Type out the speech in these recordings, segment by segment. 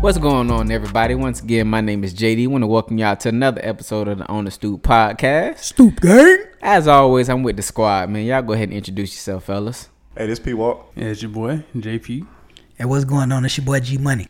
What's going on, everybody? Once again, my name is JD. want to welcome y'all to another episode of the On the Stoop podcast. Stoop gang. As always, I'm with the squad, man. Y'all go ahead and introduce yourself, fellas. Hey, this P Walk. Yeah, it's your boy, JP. Hey, what's going on? It's your boy G Money.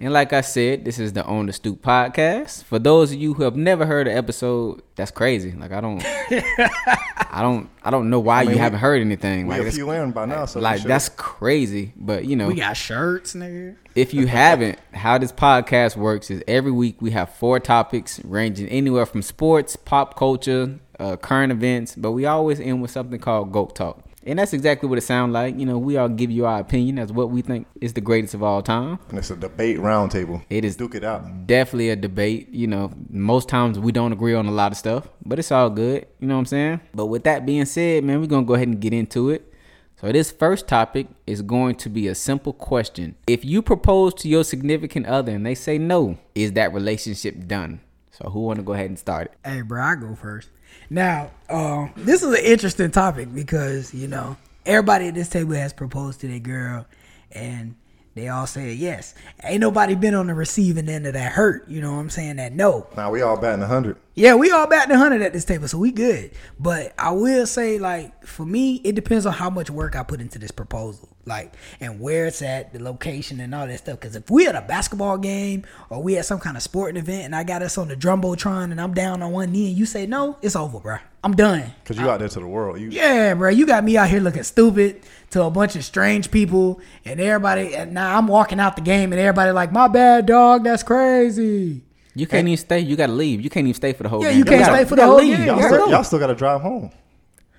And like I said, this is the On the Stoop podcast. For those of you who have never heard an episode, that's crazy. Like I don't, I don't, I don't know why you we- haven't heard anything. We Like a that's, few in by now, so we like should- that's crazy. But you know, We got shirts, nigga. if you haven't, how this podcast works is every week we have four topics ranging anywhere from sports, pop culture, uh, current events, but we always end with something called GOAT Talk. And that's exactly what it sounds like. You know, we all give you our opinion as what we think is the greatest of all time. and it's a debate roundtable. It is Duke it out. definitely a debate. You know, most times we don't agree on a lot of stuff, but it's all good. You know what I'm saying? But with that being said, man, we're going to go ahead and get into it. So, this first topic is going to be a simple question. If you propose to your significant other and they say no, is that relationship done? So, who want to go ahead and start it? Hey, bro, I go first. Now, um, this is an interesting topic because you know everybody at this table has proposed to their girl, and they all said yes. Ain't nobody been on the receiving end of that hurt. You know what I'm saying? That no. Now we all batting hundred. Yeah, we all batting a hundred at this table, so we good. But I will say, like, for me, it depends on how much work I put into this proposal, like, and where it's at, the location, and all that stuff. Because if we at a basketball game or we at some kind of sporting event, and I got us on the jumbotron and I'm down on one knee, and you say no, it's over, bruh. I'm done. Cause you out there to the world. You Uh, Yeah, bro, you got me out here looking stupid to a bunch of strange people, and everybody. And now I'm walking out the game, and everybody like, my bad, dog. That's crazy. You can't even stay. You got to leave. You can't even stay for the whole Yeah, game. you can't gotta- stay you for the gotta whole leave. game. y'all, Yeah, still, bro. y'all still gotta drive home.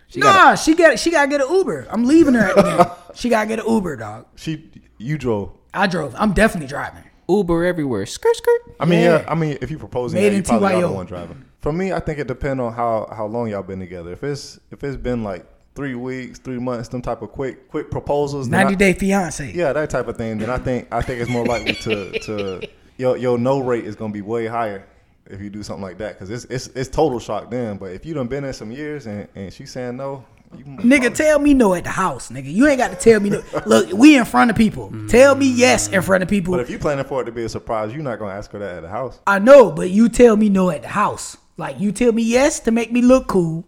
She nah, gotta- she got she gotta get an Uber. I'm leaving her at the game. She gotta get an Uber, dog. She you drove. I drove. I'm definitely driving. Uber everywhere. Skirt, skirt. I mean, Yeah. yeah. I mean, if you proposing, Made that, you in probably TYO. y'all the one driving. For me, I think it depends on how how long y'all been together. If it's if it's been like three weeks, three months, them type of quick quick proposals. then I- 90 day fiance. Yeah, that type of thing. Then I think I think it's more likely to to your your no rate is gonna be way higher if you do something like that because it's it's it's total shock then. But if you done been in some years and and she's saying no, you Nigga, tell me no at the house, nigga. You ain't got to tell me no. Look, we in front of people. Tell me yes in front of people. Mm. But if you planning for it to be a surprise, you're not gonna ask her that at the house. I know, but you tell me no at the house. Like you tell me yes to make me look cool,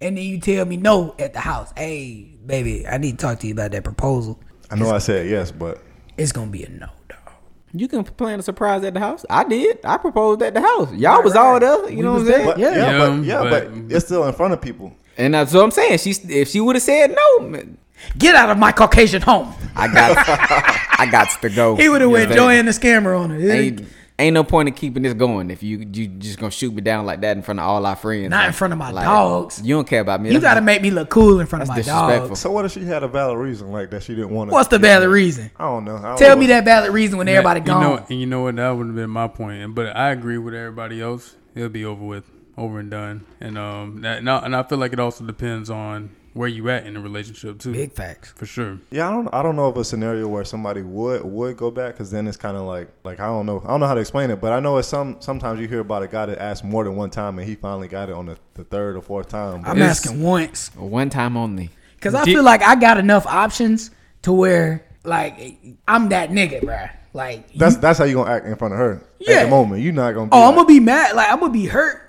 and then you tell me no at the house. Hey, baby, I need to talk to you about that proposal. I know I said yes, but It's gonna be a no, dog. You can plan a surprise at the house. I did. I proposed at the house. Y'all was right. all there. You We know what I'm was saying? there. but Yeah, yeah, but yeah, but, but- it's still in front of people. And that's what I'm saying. She if she would have said no, man, Get out of my Caucasian home. I got I got to Oh, go. He would have went Yeah. Joanne the scammer on it. Ain't, ain't no point in keeping this going if you you just gonna shoot me down like that in front of all our friends. Not in Like- front of my dogs. You don't care about me. You That's- gotta make me look cool in front of my that's disrespectful. dogs. So what if she had a valid reason like that she didn't want to? What's the valid reason? I don't know. I don't Tell know. me that valid reason when everybody you gone. Know, and you know what? That would have been my point. And- But I agree with everybody else. It'll be over with, over and done. And um, that, and I, and I feel like it also depends on where you at in the relationship too, Big facts. for sure. Yeah, I don't. I don't know of a scenario where somebody would would go back because then it's kind of like like I don't know. I don't know how to explain it, but I know it's some. Sometimes you hear about a guy that asked more than one time and he finally got it on the, the third or fourth time. But I'm It's- asking once One time only. because I Did- feel like I got enough options to where like I'm that nigga, bruh. Like, you- that's that's how you gonna act in front of her at Yeah. the moment. You're not gonna. Be oh, I'm like- gonna be mad. Like, I'm gonna be hurt,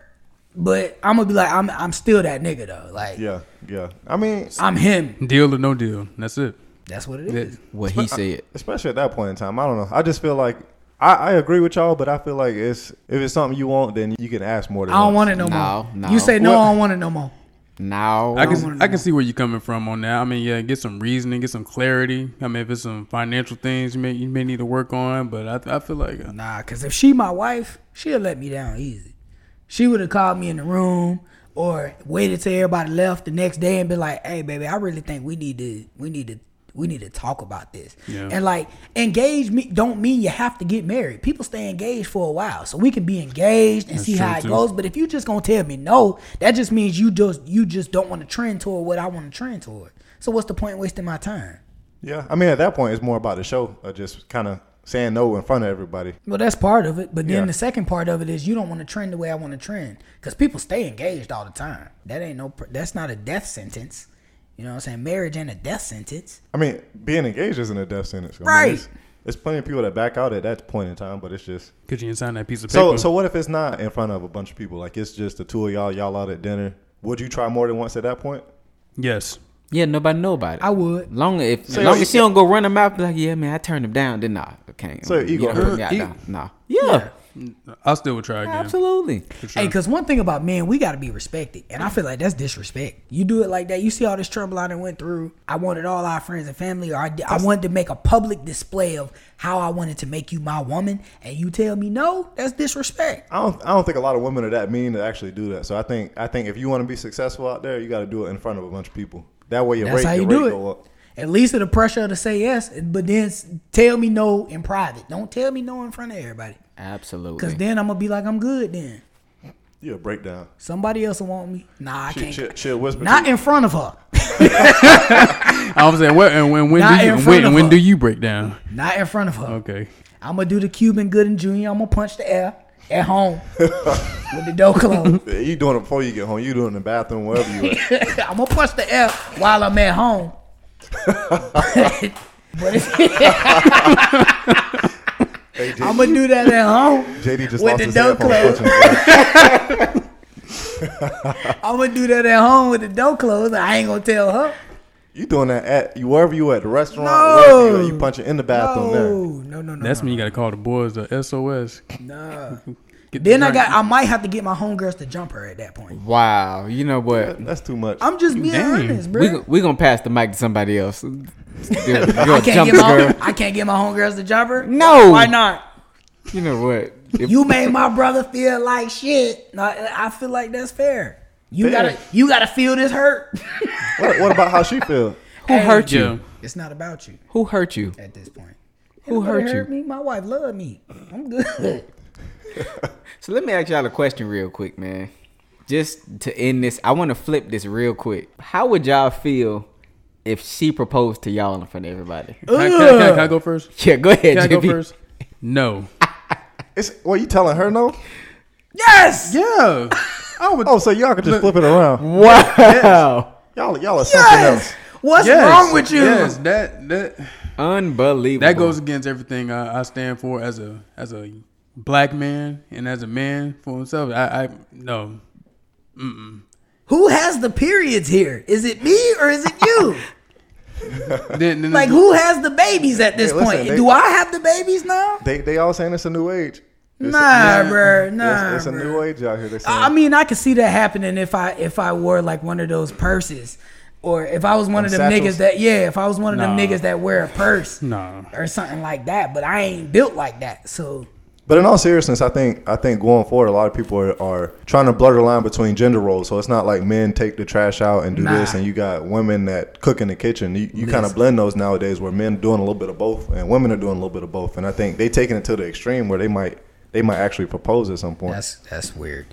but I'm gonna be like, I'm I'm still that nigga though. Like, Yeah, yeah. I mean, I'm him. Deal or no deal. That's it. That's what it That- is. What he said. especially at that point in time. I don't know. I just feel like I, I agree with y'all, but I feel like it's if it's something you want, then you can ask more than. I don't once. want it no, No, more. no. You say no, Well- I don't want it no more. No. I can I can see where you're coming from on that. I mean, yeah, get some reasoning, get some clarity. I mean, if it's some financial things you may you may need to work on, but I I feel like uh, Nah, cause if she my wife, she'll let me down easy. She would have called me in the room or waited till everybody left the next day and been like, "Hey, baby, I really think we need to, we need to, we need to talk about this." Yeah. And like, engage me don't mean you have to get married. People stay engaged for a while, so we can be engaged and see true, how it too. goes. But if you just gonna tell me no, that just means you just you just don't want to trend toward what I want to trend toward. So what's the point in wasting my time? Yeah, I mean, at that point, it's more about the show, or just kind of saying no in front of everybody. Well, that's part of it, but then Yeah. the second part of it is you don't want to trend the way I want to trend because people stay engaged all the time. That ain't no. pr- That's not a death sentence. You know what I'm saying? Marriage ain't a death sentence. I mean, being engaged isn't a death sentence. I mean, Right. it's, There's plenty of people that back out at that point in time, but it's just Because you didn't sign that piece of so. paper. So what if it's not in front of a bunch of people? Like it's just the two of y'all, y'all out at dinner. Would you try more than once at that point? yes. Yeah, nobody know about it. I would. Long if So long you- as she don't go run her mouth, be like, yeah, man, I turned him down, didn't I? Okay. So you ego don't hurt. put me out E- down. Nah. Yeah, I still would try again. absolutely. For sure. Hey, because one thing about men, we got to be respected. And I feel like that's disrespect. You do it like that. You see all this trouble I done went through. I wanted all our friends and family, or I, I wanted to make a public display of how I wanted to make you my woman. And you tell me no? That's disrespect. I don't. I don't think a lot of women are that mean to actually do that. So I think. I think if you want to be successful out there, you got to do it in front of a bunch of people. That way your That's rate, how you your do rate it. go up. At least of the pressure to say yes, but then s- tell me no in private. Don't tell me no in front of everybody. Because Absolutely. then I'm going to be like, I'm good then. You a breakdown. Somebody else will want me. Nah, I She, can't. she, she whisper. Not to you. in front of her. I was saying, where, and when, when, do Not you, in and front when, of when her. do you break down? Not in front of her. Okay. I'm gonna do the Cuban Gooding Jr. I'm gonna punch the air at home with the door closed. You doing it before you get home. You doing it in the bathroom wherever you at. I'm gonna punch the air while I'm at home. but Hey, J- I'm gonna do that at home. JD just lost with the his door headphones. closed. punching his- I'm gonna do that at home with the door closed. I ain't gonna tell her. You doing that at you wherever you at the restaurant? No. wherever You, at, you punching in the bathroom No, there. no, no, no. That's no. when you got to call the boys the SOS. Nah. Get the Then I drink. got. I might have to get my homegirls to jump her at that point. Wow. You know what? That- That's too much. I'm just being Dang. honest, bro. We go- we gonna pass the mic to somebody else. You're I a can't jump get my. girl. I can't get my homegirls to jump her. No. Why not? You know what? If- You made my brother feel like shit. No, I feel like that's fair. You Fair. gotta you gotta feel this hurt. what, what about how she feel? who hurt you? Yeah. It's not about you Who hurt you? at this point. Who Nobody hurt you? Me, my wife loved me. I'm good. So let me ask y'all a question real quick, man. Just to end this, I want to flip this real quick. How would y'all feel if she proposed to y'all in front of everybody? Can I, can I- can I- can I go first? Yeah, go ahead, Can I go JB. first? No. It's what you telling her no? yes. Yeah. I would. Oh, so y'all can just flip it around. Wow, Y'all, y'all are something Yes. else. What's Yes. wrong with you? Yes, that that unbelievable. that goes against everything I, I stand for as a as a black man and as a man for himself. I, I no. Who has the periods here? Is it me or is it you? Then, then like who has the babies at this Hey, listen, point? they- Do I have the babies now? They they all saying it's a new age. It's nah, yeah. bro. a, Nah, it's, it's a bruh. new age out here. They saying. I I mean, I could see that happening if I if I wore like one of those purses, or if I was one of them Them niggas satchels? that yeah, if I was one of them Nah. niggas that wear a purse Nah. or something like that. But I ain't built like that, so But in all seriousness, I think I think going forward, a lot of people are, are trying to blur the line between gender roles. So it's not like men take the trash out and do Nah. this, and you got women that cook in the kitchen. You, you kind of blend those nowadays, where men doing a little bit of both, and women are doing a little bit of both. And I think they taking it to the extreme where they might they might actually propose at some point. that's that's weird.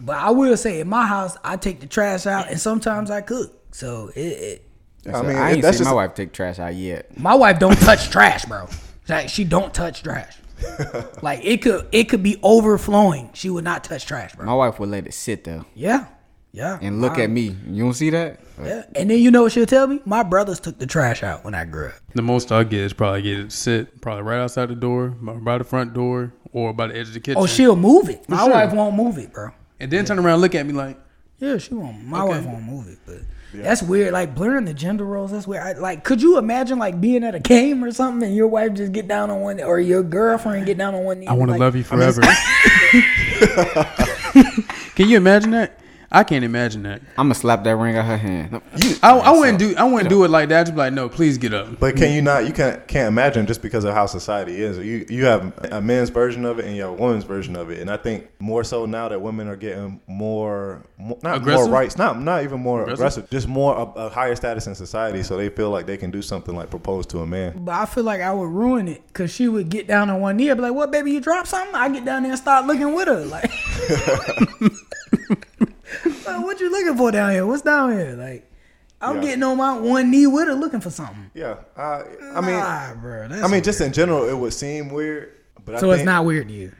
But I will say, in my house, I take the trash out, and sometimes I cook. So it, it I mean, I ain't that's seen just my wife take trash out yet. my wife don't touch trash, bro. Like she don't touch trash. like it could it could be overflowing. She would not touch trash, bro. My wife would let it sit though Yeah, yeah. and look at me. You don't see that? Yeah. And then you know what she'll tell me? My brothers took the trash out when I grew up. The most I get is probably get it sit probably right outside the door, by, by the front door, or by the edge of the kitchen. Oh, she'll move it. My sure. wife won't move it, bro. and then turn around, and look at me like, Yeah, she won't. My wife won't move it, but that's weird. Like blurring the gender roles. That's weird. I, like, could you imagine like being at a game or something and your wife just get down on one or your girlfriend get down on one knee? I want to like, love you forever. Can you imagine that? I can't imagine that. I'm gonna slap that ring out her hand. I, I wouldn't do. I wouldn't do it like that. I'd just be like, no, please get up. But can you not? You can't can't imagine just because of how society is. You you have a men's version of it and you have a woman's version of it, and I think more so now that women are getting more, mo- not Aggressive? more rights, not not even more aggressive, Aggressive? just more a, a higher status in society, so they feel like they can do something like propose to a man. But I feel like I would ruin it because she would get down on one knee and be like, "What, baby? You dropped something?" I get down there and start looking with her, like, like, "What you looking for down here? What's down here?" Like, I'm Yeah. getting on my one knee with her, looking for something. Yeah, I, I mean, nah, bro, that's I mean, just in general, it would seem weird. But so I it's think- not weird to you.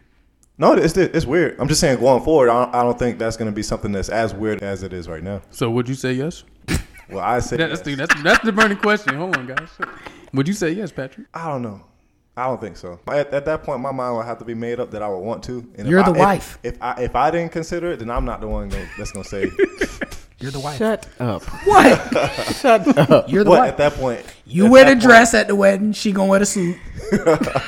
No, it's it's weird. I'm just saying, going forward, I don't, I don't think that's going to be something that's as weird as it is right now. So would you say yes? Well, I say That- that's the that's, that's the burning question. Hold on, guys. Would you say yes, Patrick? I don't know. I don't think so. At, at that point, my mind would have to be made up that I would want to. And if You're I- the if- wife. If, I if I didn't consider it, then I'm not the one gonna, that's gonna say You're the wife. Shut up. What? Shut up. You're the what. wife. At that point, you at wear the that dress at the wedding. She gonna wear the suit.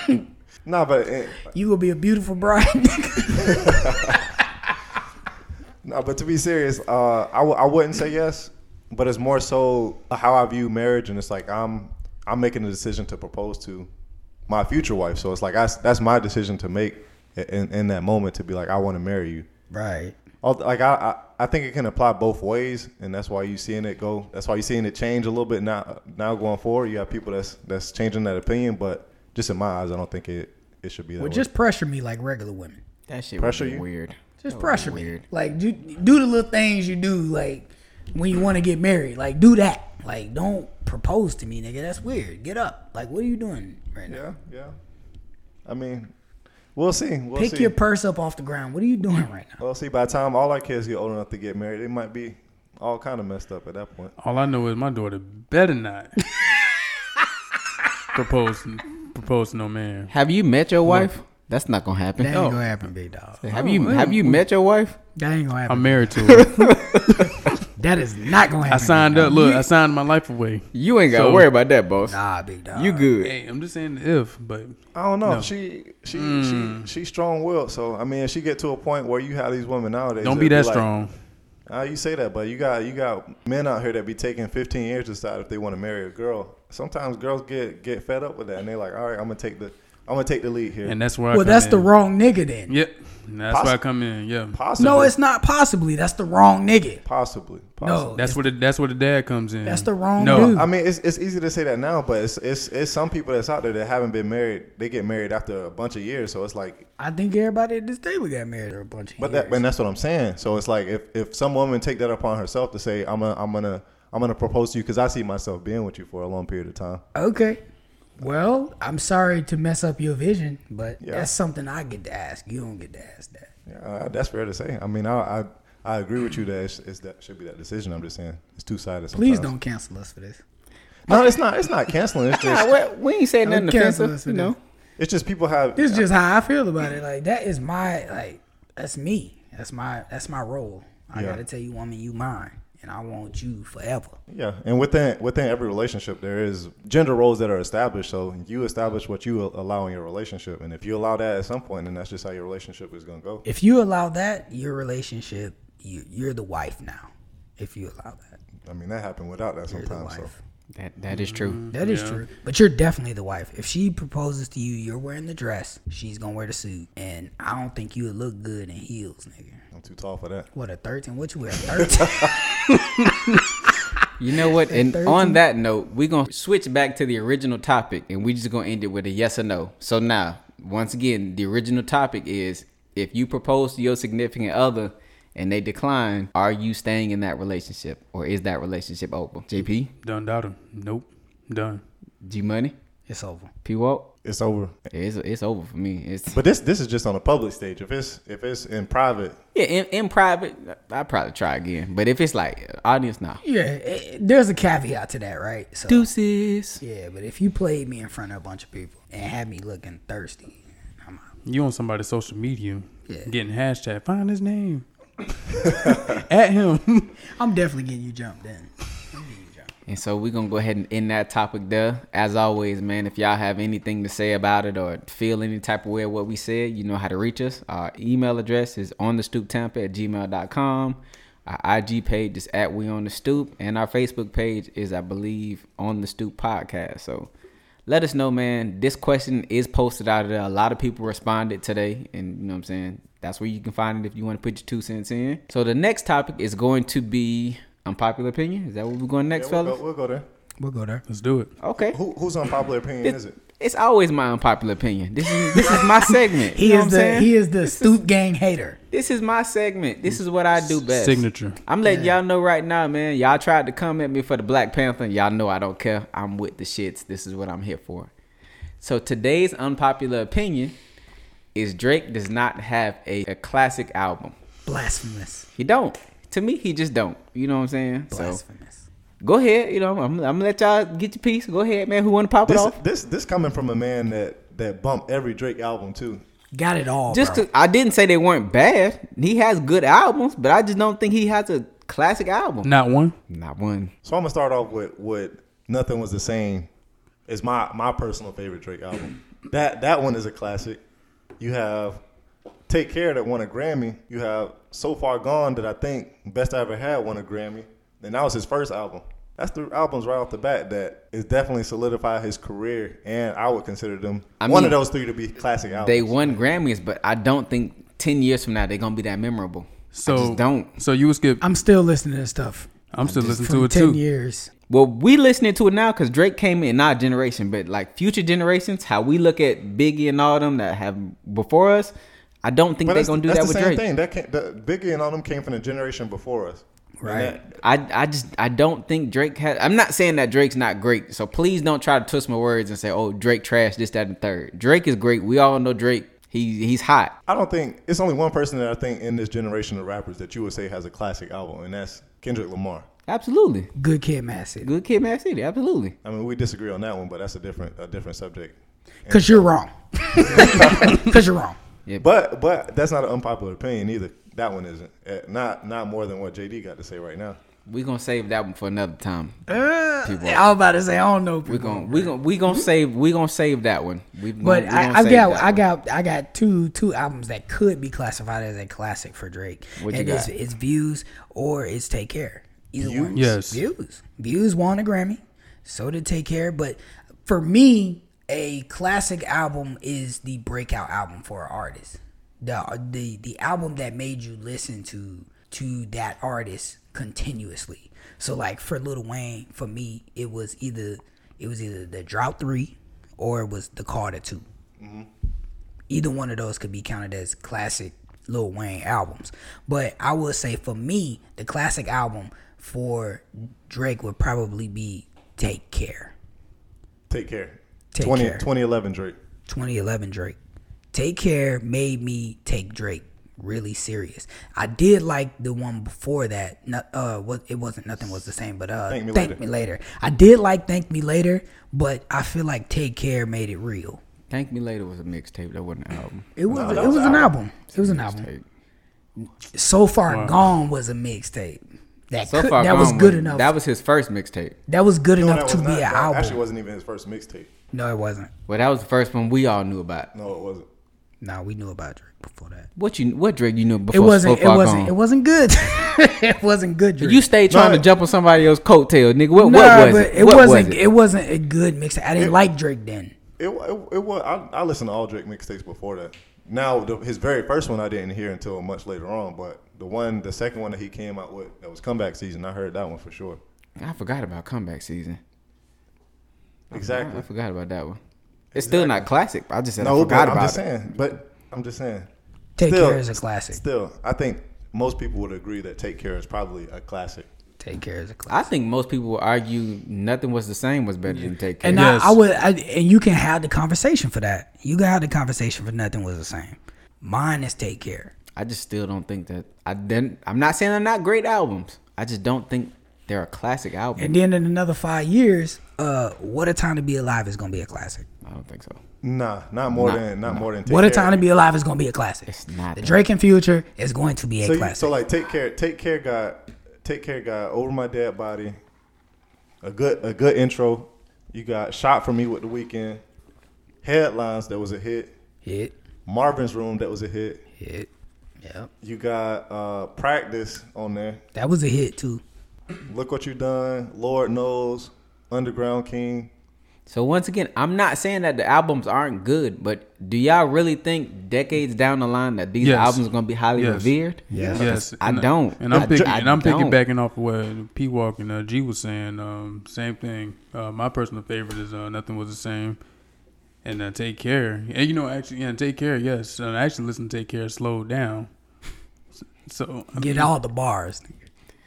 Point, nah, but eh, it, You gonna be a beautiful bride. No, but to be serious, uh, I, w- I wouldn't say yes, but it's more so how I view marriage, and it's like I'm I'm making a decision to propose to my future wife, so it's like that's that's my decision to make i- in, in that moment to be like I want to marry you. right. Al- Like I, I I think it can apply both ways, and that's why you seeing it go. That's why you seeing it change a little bit now. Now going forward, you have people that's that's changing that opinion, but just in my eyes, I don't think it it should be that Well, way. just pressure me like regular women. That shit Pressure would be you? weird. That Just would be pressure weird. me. Like do do the little things you do like when you want to get married. Like do that. Like don't propose to me, nigga. That's weird. Get up. Like what are you doing right now? yeah, yeah. I mean, we'll see. We'll Pick see. your purse up off the ground. What are you doing right now? Well, see, by the time all our kids get old enough to get married, they might be all kind of messed up at that point. All I know is my daughter better not propose propose to no man. Have you met your wife? That's not gonna happen. That ain't gonna happen, big dog. Have you have you met your wife? That ain't gonna happen. I'm married to her. that is not gonna happen. I signed up. Look, I signed my life away. You ain't gotta So- worry about that, boss. Nah, big dog. you good. Hey, I'm just saying if, but I don't know. No. She she she she's strong willed. So I mean, if she get to a point where you have these women nowadays. don't be they'll that like- strong. Ah, you say that, but you got you got men out here that be taking 15 years to decide if they want to marry a girl. Sometimes girls get get fed up with that, and they're like, all right, I'm gonna take the I'm gonna take the lead here. And that's where I Well, come that's in. the wrong nigga then. Yep. And that's Poss- where I come in. Yeah. possibly, No, it's not possibly. That's the wrong nigga. possibly, possibly. No, That's where the that's where the dad comes in. Oh, That's the wrong No, dude. I mean, it's, it's easy to say that now, but it's, it's it's some people that's out there that haven't been married. They get married after a bunch of years, so it's like I think everybody at this table got married or a bunch of But years. that, and that's what I'm saying. So it's like if, if some woman take that upon herself to say, I'm gonna, I'm gonna, I'm gonna propose to you because I see myself being with you for a long period of time. Okay. Well, I'm sorry to mess up your vision, but Yeah. that's something I get to ask. You don't get to ask that. Yeah, uh, that's fair to say. I mean, I, I, I agree with you that it's, it's that should be that decision. I'm just saying it's two sided. Please don't cancel us for this. No, it's not. It's not canceling. It's Nah, just, we- we ain't saying nothing Don't cancel us offensive. for You know, it's just people have. This is just how I feel about it. Like that is my like that's me. That's my that's my role. I Yeah. gotta tell you, woman, you mine, and I want you forever. Yeah, and within within every relationship, there is gender roles that are established. So you establish what you allow in your relationship, and if you allow that at some point, then that's just how your relationship is gonna go. If you allow that, your relationship, you, you're the wife now. If you allow that, I mean, that happened without that you're the sometimes. So wife. that that is true. That is true. But you're definitely the wife. If she proposes to you, you're wearing the dress. She's gonna wear the suit, and I don't think you would look good in heels, nigga. I'm too tall for that. What a thirteen? What you wear? Thirteen? You know what? And Thirteen. on that note, we're gonna switch back to the original topic, and we just gonna end it with a yes or no. So now, once again, the original topic is: if you propose to your significant other and they decline, are you staying in that relationship, or is that relationship over? JP, done doubt him. Nope. Done. G Money, it's over. P Walk, It's over. it's it's over for me. It's But this this is just on a public stage. If it's if it's in private, yeah, in, in private, I'd probably try again. But if it's like uh, audience, nah, Yeah, eh, there's a caveat to that, right? So deuces. yeah, but if you played me in front of a bunch of people and had me looking thirsty, I'm out. You on somebody's social media Yeah. getting hashtag find his name. At him. I'm definitely getting you jumped in. I'm getting you jumped. And so we're gonna go ahead and end that topic there. As always, man, if y'all have anything to say about it or feel any type of way of what we said, you know how to reach us. Our email address is on the stoop tampa at gmail.com. Our IG page is at we on the stoop, and our Facebook page is, I believe, on the stoop podcast. So let us know, man. This question is posted out of there. A lot of people responded today, and you know what I'm saying? That's where you can find it if you want to put your two cents in. So the next topic is going to be unpopular opinion. Is that where we're going next, yeah, we'll, fellas? go, we'll go there. We'll go there. Let's do it. Okay. Who, whose unpopular opinion is it? It's always my unpopular opinion. This is this is my segment. He you know what is I'm the saying? he is the stoop gang hater. this is my segment. This is what I do best. Signature. I'm letting y'all know right now, man. Y'all tried to come at me for the Black Panther. Y'all know I don't care. I'm with the shits. This is what I'm here for. So today's unpopular opinion is Drake does not have a, a classic album. Blasphemous. He don't. To me, he just don't. You know what I'm saying? So Blasphemous. go ahead. You know, I'm, I'm gonna let y'all get your piece. Go ahead, man. Who wanna pop it This off? this this coming from a man that that bump every Drake album too. Got it all. Just bro. 'cause- I didn't say they weren't bad. He has good albums, but I just don't think he has a classic album. Not one. Not one. So I'm gonna start off with with nothing was the same. It's my my personal favorite Drake album. That that one is a classic. You have Take Care that won a Grammy. You have So Far Gone that I think Best I Ever Had won a Grammy. And that was his first album. That's the albums right off the bat that is definitely solidified his career, and I would consider them I one mean, of those three to be classic albums. They won Grammys, but I don't think ten years from now they're gonna be that memorable. So I just don't. So you would skip. I'm, I'm still listening to stuff still listening from to it ten too. years. Well, we listening to it now because Drake came in our generation, but like future generations, how we look at Biggie and all them that have before us, I don't think But they're that's, gonna do that's that the with same Drake. thing. That came, the, Biggie and all them came from the generation before us. And Right. that- I I just I don't think Drake had. I'm not saying that Drake's not great, so please don't try to twist my words and say, "Oh, Drake trash this, that, and third. Drake is great. We all know Drake. He he's hot. I don't think it's only one person that I think in this generation of rappers that you would say has a classic album, and that's Kendrick Lamar. Absolutely. Good Kid, Mad City. Good kid, Mad City. Absolutely. I mean, we disagree on that one, but that's a different a different subject. Cause you're wrong. Cause you're wrong. But but that's not an unpopular opinion either. That one isn't. Eh, Not not more than what JD got to say right now. We gonna save that one for another time. Uh, People. I was about to say I don't know. We people. gonna we gonna we gonna save we gonna save that one. We, But we I, gonna I save got that I one. got I got two two albums that could be classified as a classic for Drake. What you and it's, got? it's views or it's take care. Either one. Yes. Views. Views won a Grammy. So did Take Care. But for me, a classic album is the breakout album for an artist. The the the album that made you listen to to that artist continuously. So like for Lil Wayne, for me, it was either it was either the Drought Three or it was the Carter 2 Either one of those could be counted as classic Lil Wayne albums. But I would say for me, the classic album for Drake would probably be Take Care. Take care. Take Care. 2011 Drake. 2011 Drake. Take Care made me take Drake really serious. I did like the one before that. No, uh, what it wasn't nothing was the same, but uh, Thank Me Later. I did like Thank Me Later, but I feel like Take Care made it real. Thank Me Later was a mixtape. That wasn't an album. It was it was an album. It was an album. Mixtape. So Far Gone was a mixtape. That So could, far, that Gone was good was- enough. That was his first mixtape. That was good that enough to was be not- an that album. Actually, wasn't even his first mixtape. no, it wasn't. Well, that was the first one we all knew about. No, it wasn't. No, we knew about Drake before that. What you what Drake you knew before? It wasn't. So It Far wasn't. Gone? It wasn't good. it wasn't good. Drake. You stayed trying No. to jump on somebody else's coattail, nigga. What, Nah, what was but it? What wasn't. was it? wasn't a good mix. I didn't like Drake then. It wa- it, it was. I, I listened to all Drake mixtapes before that. Now the, his very first one I didn't hear until much later on, but the one, the second one that he came out with that was comeback season, I heard that one for sure. I forgot about comeback season. I Exactly. forgot about that one. It's still not classic. but I just said I No, forgot but I'm about just it. saying. But I'm just saying. Take Still- Care is a classic. Still, I think most people would agree that Take Care is probably a classic. Take Care is a classic. I think most people will argue nothing was the same was better than Take Care. And Yes. I, I would. I, and you can have the conversation for that. You can have the conversation for nothing was the same. Mine is Take Care. I just still don't think that I didn't. I'm not saying they're not great albums. I just don't think they're a classic album. And then in another five years, uh, What a Time to Be Alive is gonna be a classic. I don't think so. Nah, not more Nah, than not more than. Take what a Care. Time to Be Alive is gonna be a classic. It's not The that. Drake and Future is going to be a So, you, classic. so like, Take Care, Take Care got, Take Care got over my dead body. A good a good intro. You got shot for me with the weekend. Headlines that was a hit. hit, Marvin's Room that was a hit. hit, yep. You got uh, practice on there. That was a hit too. Look what you done. Lord knows. Underground King. So once again, I'm not saying that the albums aren't good, but do y'all really think decades down the line that these Yes. albums are gonna be highly Yes. revered? Yes. Yes, I and don't. And I'm I picking, don't. and I'm picking Don't. back and off of what P Walk and uh, G was saying. Um, same thing. Uh, my personal favorite is uh, Nothing Was the Same, and uh, Take Care. And you know, actually, yeah, Take Care. Yes, and I actually listened to Take Care slowed down. So I Get mean, all the bars.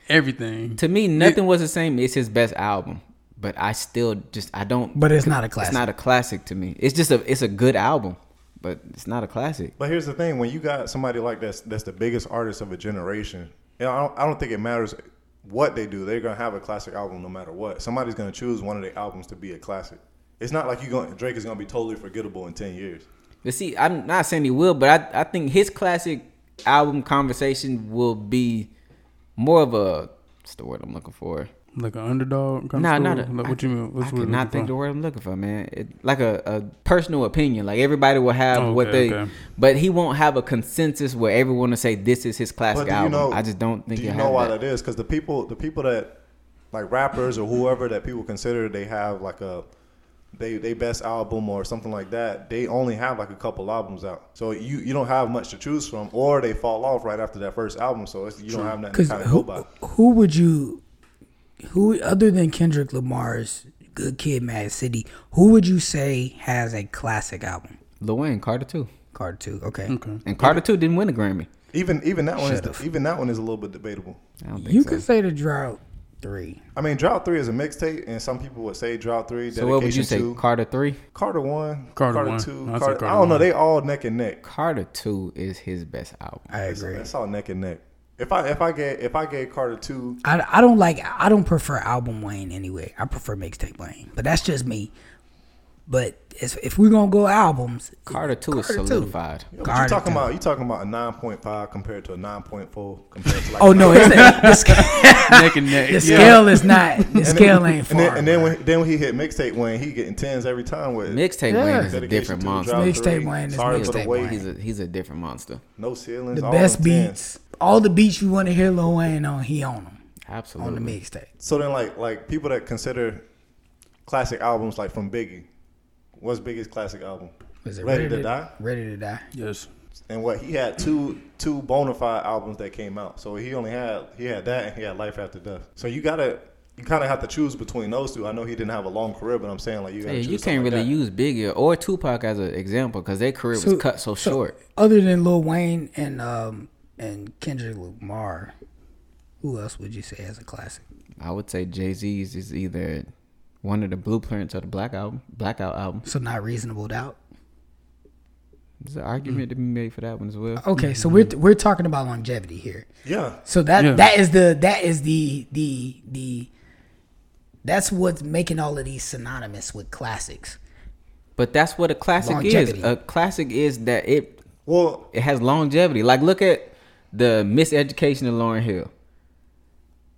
everything. To me, nothing was the same. It's his best album, but I still just I don't. But it's not a classic. it's not a classic to me. It's just a it's a good album, but it's not a classic. But here's the thing: when you got somebody like that's that's the biggest artist of a generation, you know, I don't, I don't think it matters what they do. They're gonna have a classic album no matter what. Somebody's gonna choose one of their albums to be a classic. It's not like you going Drake is gonna be totally forgettable in ten years. But see, I'm not saying he will, but I I think his classic album conversation will be more of a what's the word I'm looking for? Like an underdog? Kind No, of not story? a, Like, I what you c- mean? What's I what could you're not looking think the for? word I'm looking for, man. It, like a, a personal opinion. Like everybody will have Oh, what okay, they, okay. but he won't have a consensus where everyone will say this is his But classic do you album. know? I just don't think Do you he'll know have why that. that is? Because the people, the people that like rappers or whoever that people consider they have like a they they best album or something like that. They only have like a couple albums out, so you you don't have much to choose from, or they fall off right after that first album. So it's, you don't have nothing Because to kind of go who, by. who would you, who other than Kendrick Lamar's "Good Kid, Mad City," who would you say has a classic album? Lil Wayne, Carter two, Card two, okay. Okay. and Carter two didn't win a Grammy. Even even that one Should've. is even that one is a little bit debatable. I don't think You so. could say the drought three. I mean, Drought Three is a mixtape, and some people would say Drought Three. so what would you say? Dedication Two, Carter three, Carter One, Carter Carter, One. Two, I'd say Carter, Carter I don't know. One. They all neck and neck. Carter two is his best album. I agree. That's all neck and neck. If I if I get if I get Carter Two, I, I don't like I don't prefer album Wayne anyway. I prefer mixtape Wayne, but that's just me. But if, if we're gonna go albums, Carter two is Carter two. solidified. you Carter talking Two. about you talking about a nine point five compared to a nine point four compared to like oh no, it's the, sc- neck and neck. the yeah. scale is not the And scale then, ain't and far. then, and then when then when he hit mixtape Wayne, he getting tens every time with it. Mixtape Yeah. Wayne is a Dedication different to the monster. Drought Mixtape Three, Wayne is Sorry for mixtape the Wayne. wait, He's a he's a different monster. no ceilings, the all best them tens. beats, all the beats you want to hear Lil Wayne on, he on them on the Absolutely. mixtape. So then, like like people that consider classic albums like from Biggie, what's Biggie's classic album? Was it Ready to Die? Ready to die. Yes. And what he had two two bona fide albums that came out. So he only had he had that and he had Life After Death. So you gotta you kind of have to choose between those two. I know he didn't have a long career, but I'm saying like you gotta Yeah, choose you can't something like really that. use Biggie or Tupac as an example because their career was cut so, short. Other than Lil Wayne and um and Kendrick Lamar, who else would you say has a classic? I would say Jay Z's is either one of the blueprints or the Black Album, Blackout album. So not reasonable doubt. There's an Mm. argument to be made for that one as well. Okay, so we're we're talking about longevity here. Yeah, So that Mm-hmm. Yeah. that is the that is the the the that's what's making all of these synonymous with classics. But that's what a classic Longevity. is. A classic is that it well, it has longevity. Like look at the Miseducation of Lauren Hill.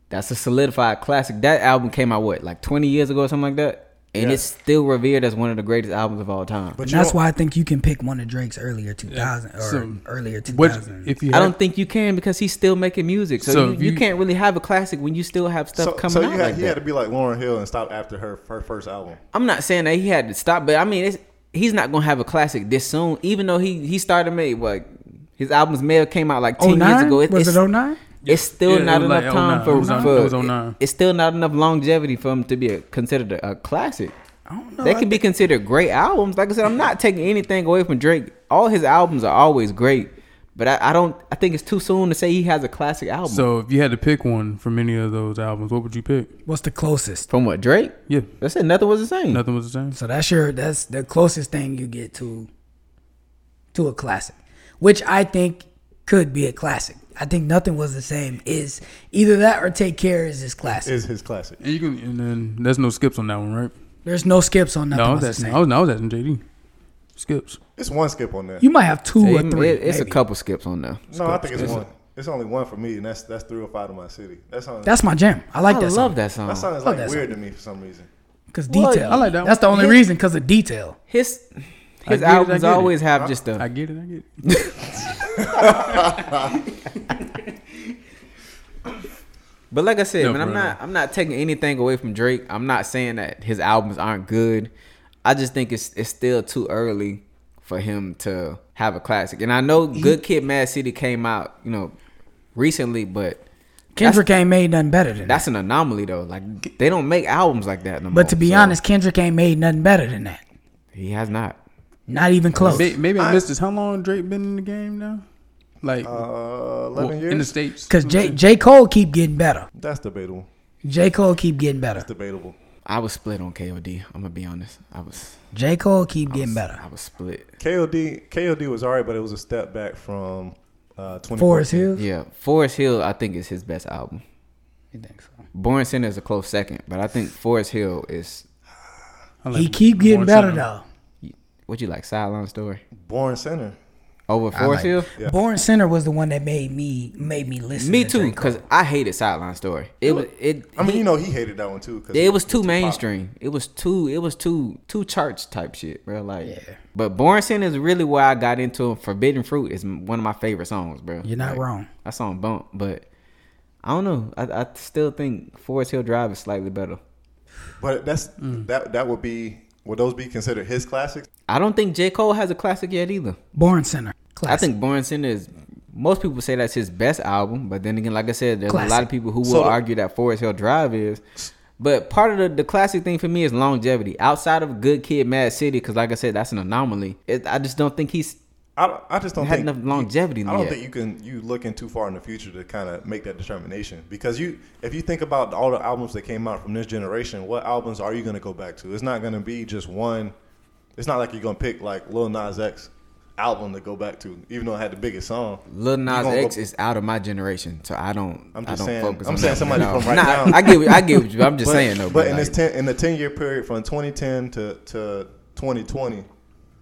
That's a solidified classic. That album came out what, like 20 years ago or something like that, and Yeah. it's still revered as one of the greatest albums of all time. but And you that's don't- why I think you can pick one of Drake's earlier 2000 or So, earlier What 2000. if you? I had- don't think you can because he's still making music. So, So you, if you you- can't really have a classic when you still have stuff So, coming so you out had, like he that. had to be like Lauren Hill and stop after her her first album. I'm not saying that he had to stop, but I mean, it's, he's not gonna have a classic this soon. Even though he he started made what his albums may have came out like ten 09? Oh, years ago. It- was it's, it 09? it's still Yeah, it not was enough like time 09. for, It was on- for- it was 09. it's still not enough longevity for him to be a, considered a, a classic. I don't know. they I can be considered great albums. Like I said, I'm not taking anything away from Drake. All his albums are always great, but I, I don't. I think it's too soon to say he has a classic album. So if you had to pick one from any of those albums, what would you pick? What's the closest? from what Drake? Yeah, That's it. Nothing was the same. nothing was the same. So that's your that's the closest thing you get to to a classic, which I think could be a classic. I think nothing was the same is either that or take care is his classic. Is his classic? And you can, and then there's no skips on that one, right? There's no skips on nothing No, I was was the asking. same. I was, I was asking JD. Skips. It's one skip on there. You might have two Yeah, or it- three. it- it's maybe. a couple skips on there. no, I think it's one. It's only one for me, and that's that's three or five to my city. That sounds That's my jam. I like I that. love song. that song. that sounds like love that weird to me for some reason. Cause Well, detail. I like that That's the one. only Yeah. reason because of detail. His his get it, I albums get it. always have just I a. get it. I get it. But like I said, No, man, I'm bro. not I'm not taking anything away from Drake. I'm not saying that his albums aren't good. I just think it's it's still too early for him to have a classic. And I know Good Kid, Mad City came out, you know, recently, but Kendrick ain't made nothing better than that. that's an anomaly though. Like they don't make albums like that no more. But to be so honest, Kendrick ain't made nothing better than that. he has not. Not even close. May- Maybe I missed this. How long Drake been in the game now? Like Uh, well, eleven in the years. states? Cause J J Cole keep getting better. that's debatable. J Cole keep getting better. Debatable. I was split on KOD. I'm gonna be honest. I was J Cole keep getting better. I was split. KOD KOD was alright, but it was a step back from uh, twenty. Forest Hill. Yeah, Forest Hill I think is his best album. You think so? Born Center is a close second, but I think Forest Hill is I He keep getting Born better Center. though. What you like? Sideline story Born center. over I Forest like- Hill. Yeah. Born Center was the one that made me made me listen. Me to too, Drake. because I hated Sideline Story. It was it. I mean, he- you know, he hated that one too. 'cause it was too Tupac. mainstream. It was too. It was too too church type shit, bro. Like, Yeah. but Born Sin is really where I got into him. Forbidden Fruit is m- one of my favorite songs, bro. You're not Like, wrong. That song bump, but I don't know. I, I still think Forest Hill Drive is slightly better. But that's Mm. that. That would be. Would those be considered his classics? I don't think J Cole has a classic yet either. Born Center. I Classic. think Born Sin is. Most people say that's his best album, but then again, like I said, there's a lot Classic. of people who will So- argue that Forest Hill Drive is. But part of the, the classic thing for me is longevity. Outside of Good Kid, Mad City, because like I said, that's an anomaly. It, I just don't think he's I, don't- I just don't had think enough longevity. I don't yet. think you can you looking too far in the future to kind of make that determination because you if you think about all the albums that came out from this generation, what albums are you going to go back to? It's not going to be just one. It's not like you're going to pick like Lil Nas X album to go back to, even though it had the biggest song. Lil Nas gonna X go- is out of my generation, so I don't. I'm I just don't saying- Focus I'm on saying that somebody at all. from right Nah, now. I get. What, I get. What you, I'm just But- saying though. But, in this ten in the ten year period from 2010 to to 2020,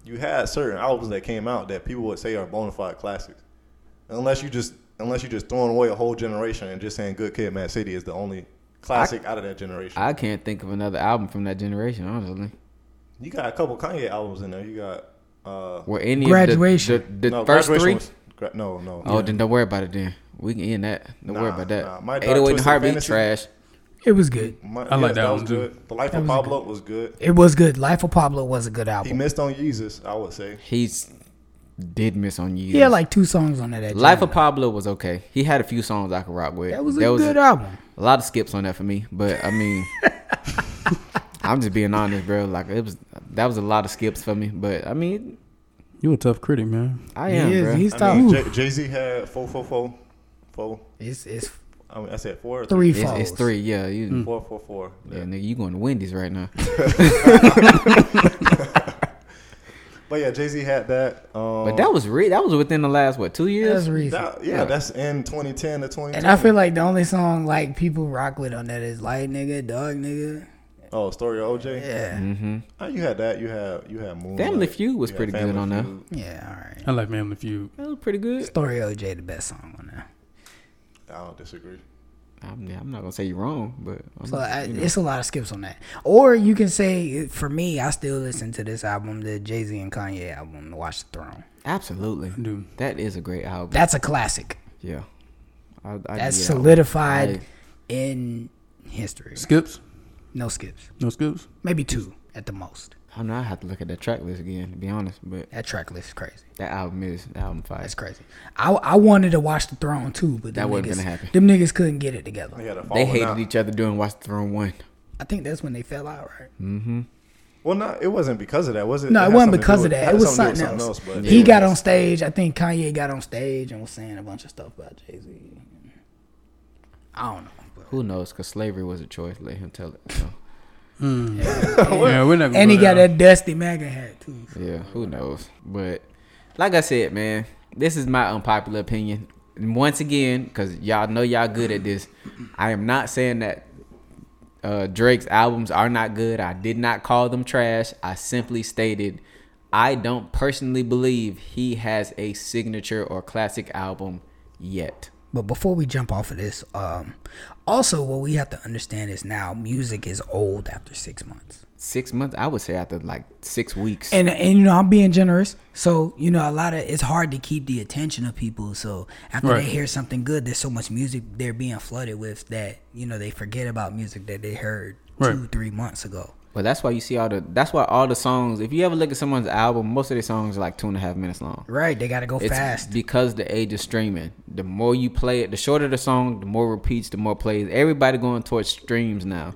you had certain albums that came out that people would say are bona fide classics, unless you just unless you just throwing away a whole generation and just saying Good Kid, Mad City is the only classic out of that generation. I can't think of another album from that generation, honestly. you got a couple Kanye albums in there. You got uh, Were any Graduation. Of the- the the, no first Graduation three? was- gra- no, no. oh, then don't worry about it. Then we can end that. Don't worry Nah, about that. nah. My Dark 808 and Twisted Heartbeat Fantasy- trash. It was good. My- I like that was one, too. good. The Life of Pablo was good. It was good. Life of Pablo was a good He album. missed on Jesus, I would say. He's did miss on you. He had like two songs on that. that Life joint. of Pablo was okay. He had a few songs I could rock with. That was a There good album. a lot of skips on that for me, but I mean, I'm just being honest, bro. Like it was that was a lot of skips for me, but I mean, You a tough critic, man. I He am, is. bro. He's I tough. mean, Jay Z had four, four, four, four. It's it's I mean, I said four. Or three Mm. it's, folds. it's three, yeah. You, Four, four, four. Hmm. yeah, nigga, you going to Wendy's right now? But yeah, Jay Z had that. Um, But that was re- that was within the last what two years? Oh. That's reason. that- yeah, that's in 2010 to 2020. And I feel like the only song like people rock with on that is Light Nigga, Dog Nigga. oh, story of OJ. Yeah. Oh, you had that. You had you had Moonlight. Family Feud was You had pretty good Family on there. Feud. Yeah, all right. I like Family Feud. That was pretty good. Story OJ the best song on there. I don't disagree. I'm, I'm not gonna say you're wrong, but I'm So just- I, you know. it's a lot of skips on that. Or you can say for me, I still listen to this album, the Jay Z and Kanye album, Watch the Throne. absolutely, Dude. that is a great album. That's a classic. yeah, I, I give That's you that one. solidified I- in history. Skips? No skips. No skips? Maybe two at the most. I don't know. I have to look at that track list again to be honest, but That track list is crazy. that album is that album fire. That's crazy. I, I wanted to watch the throne too, but them That wasn't niggas, gonna happen. Them niggas couldn't get it together. They had a They falling hated out. each other doing Watch the Throne one. I think that's when they fell out, right? Well, not it wasn't because of that, was it? No, it, had wasn't something to because do of with- that. had It was something something, to do with else. something he but- got on stage. I think Kanye got on stage and was saying a bunch of stuff about Jay Z. I don't know. but- Who knows? Because slavery was a choice. Let him tell it. So, Yeah, we're not gonna And go he got there. that dusty MAGA hat too. yeah, who knows? But like I said, man, this is my unpopular opinion. And once again, because y'all know y'all good at this, I am not saying that uh, Drake's albums are not good. I did not call them trash. I simply stated I don't personally believe he has a signature or classic album yet. But before we jump off of this, um, also what we have to understand is now music is old after six months. Six months, I would say after like six weeks. and and you know I'm being generous. So you know a lot of it's hard to keep the attention of people. So after Right. they hear something good, there's so much music they're being flooded with that you know they forget about music that they heard two Right. three months ago. But that's why you see all the. That's why all the songs. If you ever look at someone's album, most of their songs are like two and a half minutes long. Right? They got to go It's fast. because the age of streaming. The more you play it, the shorter the song, the more repeats, the more plays. Everybody going towards streams now,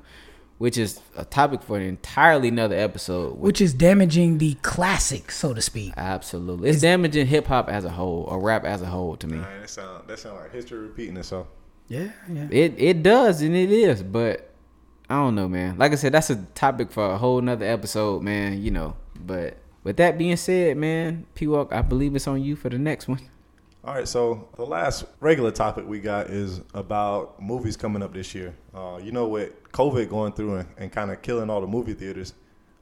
which is a topic for an entirely another episode. Which which is damaging the classic, so to speak. absolutely, it's damaging hip hop as a whole or rap as a whole to me. Man, that sound that sound like history repeating itself. Yeah, yeah. It it does and it is, but I don't know, man. Like I said, that's a topic for a whole nother episode, man. You know, but with that being said, man, P Walk, I believe it's on you for the next one. All right, so the last regular topic we got is about movies coming up this year. Uh, you know, with COVID going through and, and kind of killing all the movie theaters,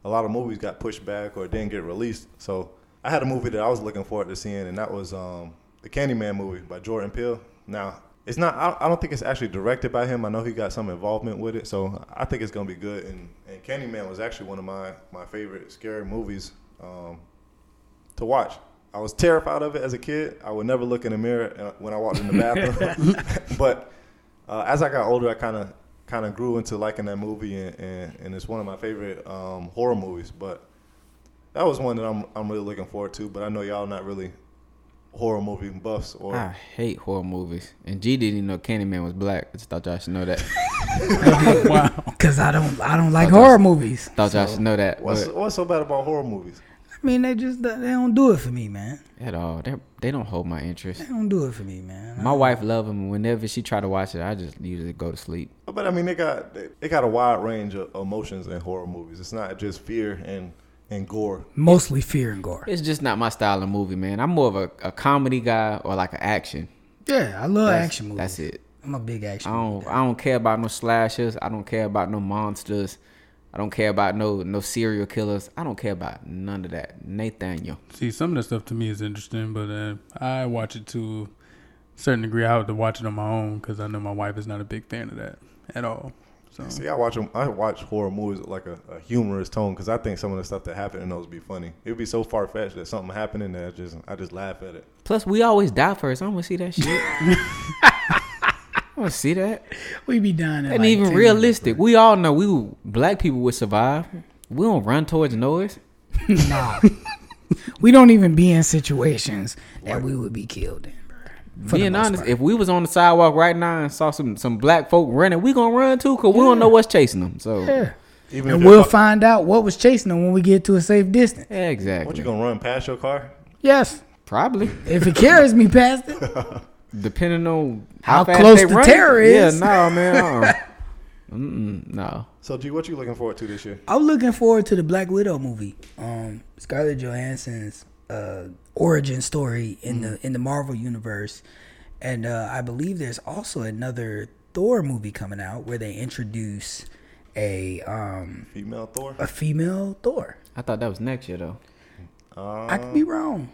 a lot of movies got pushed back or didn't get released. So I had a movie that I was looking forward to seeing, and that was um, the Candyman movie by Jordan Peele. Now it's not. I, I don't think it's actually directed by him. I know he got some involvement with it, so I think it's gonna be good. And and Candyman was actually one of my my favorite scary movies um, to watch. I was terrified of it as a kid. I would never look in the mirror uh, when I walked in the bathroom, but uh, as I got older, I kind of kind of grew into liking that movie, and, and, and it's one of my favorite um, horror movies. But that was one that I'm I'm really looking forward to. But I know y'all not really horror movie buffs or I hate horror movies. And G didn't even know Candyman was black. I just thought y'all should know that. wow. Cause I don't, I don't like horror movies. thought y'all should know that. what's but what's so bad about horror movies? I mean, they just, they don't do it for me, man. at all. They they don't hold my interest. They don't do it for me, man. My wife love them. Whenever she try to watch it, I just usually go to sleep. But I mean, they got they, they got a wide range of emotions in horror movies. It's not just fear and and gore. Mostly fear and gore. It's just not my style of movie, man. I'm more of a, a comedy guy or like an action. Yeah, I love That's- action movies. That's it. I'm a big action. I don't I don't care about no slashers. I don't care about no monsters. I don't care about no no serial killers. I don't care about none of that. Nathaniel. See, some of the stuff to me is interesting, but uh, I watch it to a certain degree. I have to watch it on my own because I know my wife is not a big fan of that at all. So See, I watch 'em- I watch horror movies with like a, a humorous tone because I think some of the stuff that happened in those be funny. It'd be so far fetched that something happened and I just I just laugh at it. Plus, we always die first. I don't want to see that shit. I want to see that. We be dying. And even realistic, we all know we would- black people would survive. We don't run towards noise. nah. we don't even be in situations that we would be killed in. bruh. For the Being most honest, part. if we was on the sidewalk right now and saw some some black folk running, we gonna run too, cause we don't know what's chasing them. So yeah. Even and if you're we'll fu- find out what was chasing them when we get to a safe distance. What exactly, you gonna run past your car? Yes, probably if it carries me past it. depending on How fast close they the run. terror is. Yeah, no man, uh-uh. Mm-mm, no. So, G, what you looking forward to this year? I'm looking forward to the Black Widow movie. Um, Scarlett Johansson's uh, origin story in the in the Marvel universe, and uh, I believe there's also another Thor movie coming out where they introduce a um, Female Thor? a female Thor. I thought that was next year though. I could be wrong.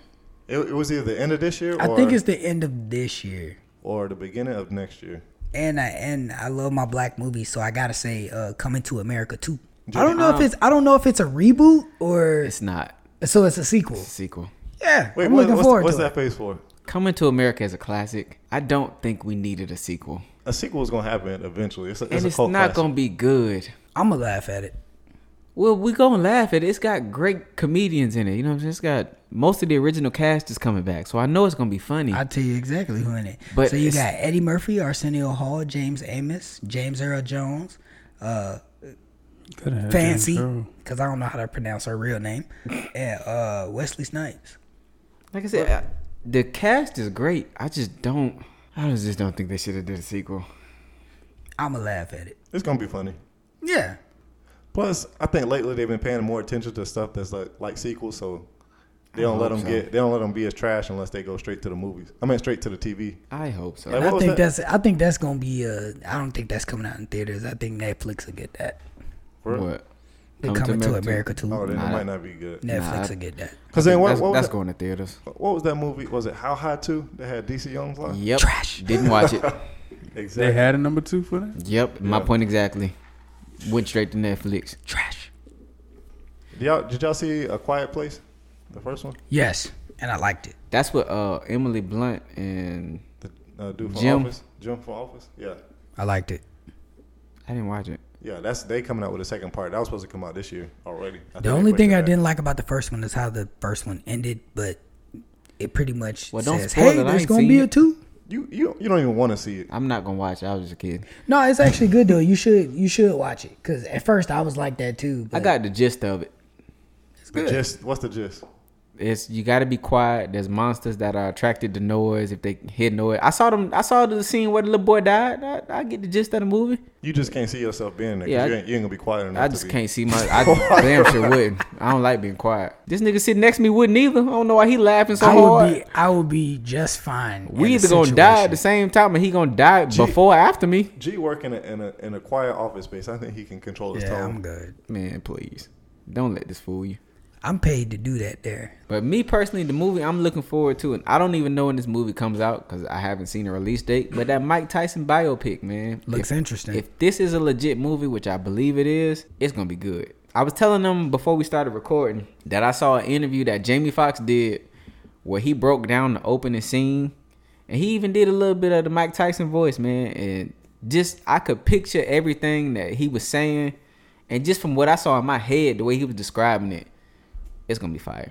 It, it was either the end of this year, or, I think it's the end of this year. or the beginning of next year. And I and I love my black movies, so I gotta say, uh, Coming to America too. I don't know if it's I don't know if it's a reboot or It's not so it's a sequel. a sequel. Yeah, Wait, I'm what- looking what's, forward what's to that it. phase for? Coming to America is a classic. I don't think we needed a sequel, A sequel is gonna happen eventually. It's a, it's and a it's cult not classic. gonna be good. I'm gonna laugh at it. Well, we gonna laugh at it. It's got great comedians in it. You know what I'm saying? It's got most of the original cast is coming back, so I know it's gonna be funny. I tell you exactly who in it. But so you it's- got Eddie Murphy, Arsenio Hall, James Amos, James Earl Jones, uh, Gotta have Fancy, James Earl. because I don't know how to pronounce her real name, and uh, Wesley Snipes. like I said, I, the cast is great. I just don't. I just don't think they should have did a sequel. I'ma laugh at it. It's gonna be funny. Yeah, Plus, I think lately they've been paying more attention to stuff that's like like sequels, so they don't let hope them so. get they don't let them be as trash unless they go straight to the movies. I mean, straight to the TV. I hope so. Like, I what was think that? that's I think that's gonna be. Uh, I don't think that's coming out in theaters. I think Netflix will get that. For- What? They Coming to coming to America. America too. Oh, then Nah, it that- might not be good. Netflix Nah, I- will get that. Because then what, that's what, was that's that, going to theaters. what was that movie? Was it How High Two that had DC Young's line? Yep. Uh, Trash. Didn't watch it. They Exactly. had a number two for that. Yep. My Yeah. point exactly. Went straight to Netflix. Trash. Did y'all, did y'all see A Quiet Place? The first one. Yes, and I liked it. That's what uh, Emily Blunt and The uh, dude from Jim. Office. Jim from Office. Yeah. I liked it. I didn't watch it. Yeah, that's they coming out with a second part. That was supposed to come out this year already. I think The they only pushed thing it I back. didn't like about the first one is how the first one ended, but it pretty much Well, don't says, spoil "Hey, it. I there's ain't gonna seen be a it." two. you you you don't even want to see it. I'm not gonna watch it. I was just a kid. No, it's actually good though. You should you should watch it because at first I was like that too. But I got the gist of it. The gist. What's the gist? It's you got to be quiet. There's monsters that are attracted to noise. If they hear noise, I saw them. I saw the scene where the little boy died. I, I get the gist of the movie. You just can't see yourself being there. 'cause Yeah, I- you, ain't, you ain't gonna be quiet enough. I to just be- can't see my. I damn sure wouldn't. I don't like being quiet. This nigga sitting next to me wouldn't either. I don't know why he laughing so I hard. would be I would be just fine. in we the either gonna die at the situation. same time, and he gonna die before or after me. G work in a, in a in a quiet office space. I think he can control his Yeah, tone. I'm good. Man, please. Don't let this fool you. I'm paid to do that there. But me personally, the movie I'm looking forward to, and I don't even know when this movie comes out because I haven't seen a release date. But that Mike Tyson biopic, man, Looks if, interesting. If this is a legit movie, which I believe it is, it's gonna be good. I was telling them before we started recording that I saw an interview that Jamie Foxx did where he broke down the opening scene, and he even did a little bit of the Mike Tyson voice, man, and just I could picture everything that he was saying, and just from what I saw in my head, the way he was describing it, it's gonna be fire.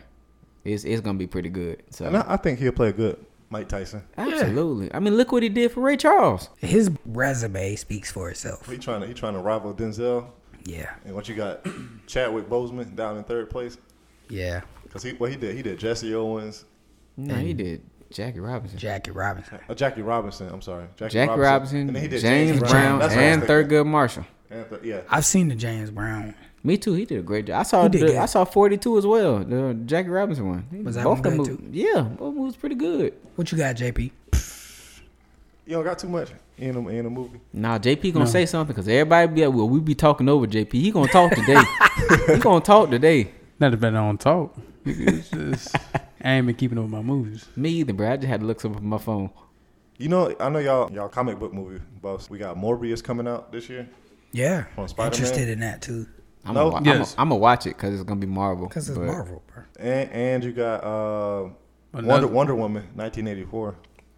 It's it's gonna be pretty good. So And I, I think he'll play good, Mike Tyson. absolutely. I mean, look what he did for Ray Charles. His resume speaks for itself. He trying to he trying to rival Denzel. Yeah, And what you got, Chadwick Boseman down in third place yeah. because he what he did he did Jesse Owens, No, Mm. he did Jackie Robinson. Jackie Robinson. uh, Jackie Robinson. I'm sorry, Jackie Robinson, and then he did James, Brown, That's what I was and Thurgood Marshall. thinking. And Thur- yeah, I've seen the James Brown. Me too. He did a great job. I saw did the, good. I saw 42 as well. The Jackie Robinson one. Was that both one them good mov- Yeah, both movies pretty good. What you got, JP? you don't got too much in a, in a movie. Now JP gonna say something because everybody be like, well, we be talking over JP. He gonna talk today. he gonna talk today. Not if I don't talk. It's just, I ain't been keeping up with my movies. Me either, bro. I just had to look something up on my phone. You know, I know y'all y'all comic book movie buffs. We got Morbius coming out this year. Yeah, On Spider-Man? interested in that too I'm No? gonna Yes. I'm gonna watch it because it's gonna be Marvel. because it's but- Marvel, bro. And and you got uh, Wonder Another- Wonder Woman 1984.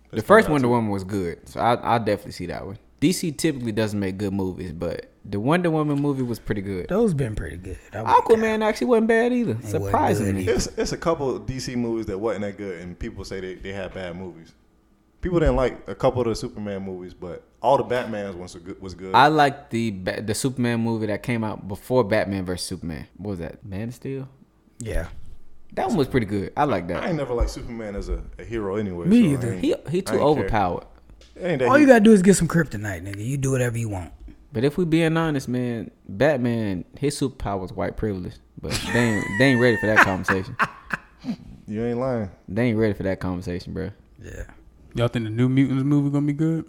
The first Wonder Woman was good, so I, I'll definitely see that one. DC typically doesn't make good movies, but the Wonder Woman movie was pretty good. Those been pretty good. I wouldn't Aquaman actually wasn't bad either, wasn't good surprisingly. either. It's it's a couple of DC movies that wasn't that good, and people say they, they had bad movies. People didn't like a couple of the Superman movies, but all the Batman's ones were good. Was good. I liked the Ba- the Superman movie that came out before Batman vs Superman. What was that Man of Steel? count. Yeah, That one was pretty good. I like I that. ain't never liked Superman as a, a hero anyway. Me so I either. ain't- He he I too ain't overpowered. Care. Ain't that all he- you gotta do is get some kryptonite, nigga. You do whatever you want. But if we being honest, man, Batman his superpower was white privilege, but they ain't, they ain't ready for that conversation. You ain't lying. They ain't ready for that conversation, bro. Yeah, Y'all think the New Mutants movie gonna be good?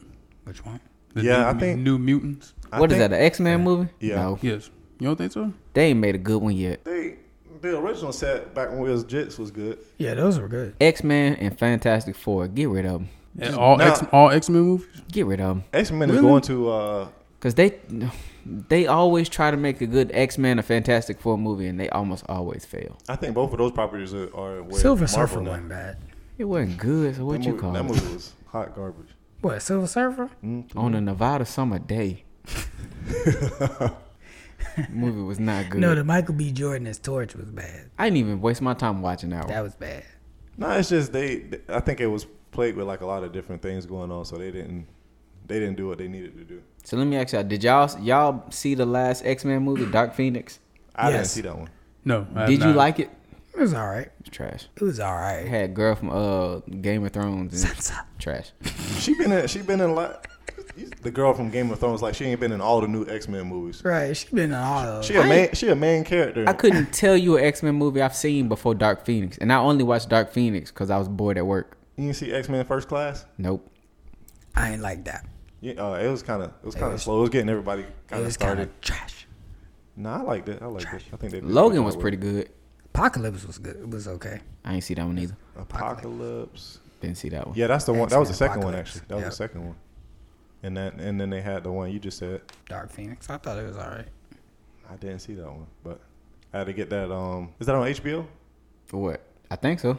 which one? The Yeah, new, I think- New Mutants. I What is think that? An X Men movie? Yeah. No, Yes, you don't think so? they ain't made a good one yet. They the original set back when we was Jits was good. Yeah, those were good. X Men and Fantastic Four. Get rid of them. And all Nah. X all X Men movies. Get rid of them. X Men is Really? going to uh, Cause they they always try to make a good X Men or Fantastic Four movie, and they almost always fail. I think both of those properties are, are with Silver Marvel Surfer now. wasn't bad. It wasn't good. So That what you movie, call that it? movie was hot garbage. What Silver Surfer? On a Nevada summer day. movie was not good. No, the Michael B. Jordan as Torch was bad. I didn't even waste my time watching that one. That was bad. No, it's just they. I think it was plagued with like a lot of different things going on, so they didn't they didn't do what they needed to do. so let me ask y'all: Did y'all y'all see the last X Men movie, Dark Phoenix? I didn't Yes. see that one. No. I have Did you not. like it? It was all right. It's trash. It was all It right. had a girl from uh Game of Thrones and Sansa. trash. She been in she been in a lot. The girl from Game of Thrones, like she ain't been in all the new X Men movies. Right, she been in all of She them. a main she a main character. I couldn't tell you an X Men movie I've seen before Dark Phoenix, and I only watched Dark Phoenix because I was bored at work. You didn't see X Men First Class? Nope. I ain't like that. Yeah, uh, it was kind of it was kind of slow. It was getting everybody It kind of was kind started. of trash. No, I liked it. I liked it. I think they did a good Logan job was with pretty good. Apocalypse was good. It was okay. I ain't see that one either. it. Apocalypse. Didn't see that one. Yeah, that's the one. That was the X-Men second one Apocalypse. actually. That was Yep. the second one. And that and then they had the one you just said. Dark Phoenix. I thought it was all right. I didn't see that one, but I had to get that. Um, is that on HBO? What? I think so.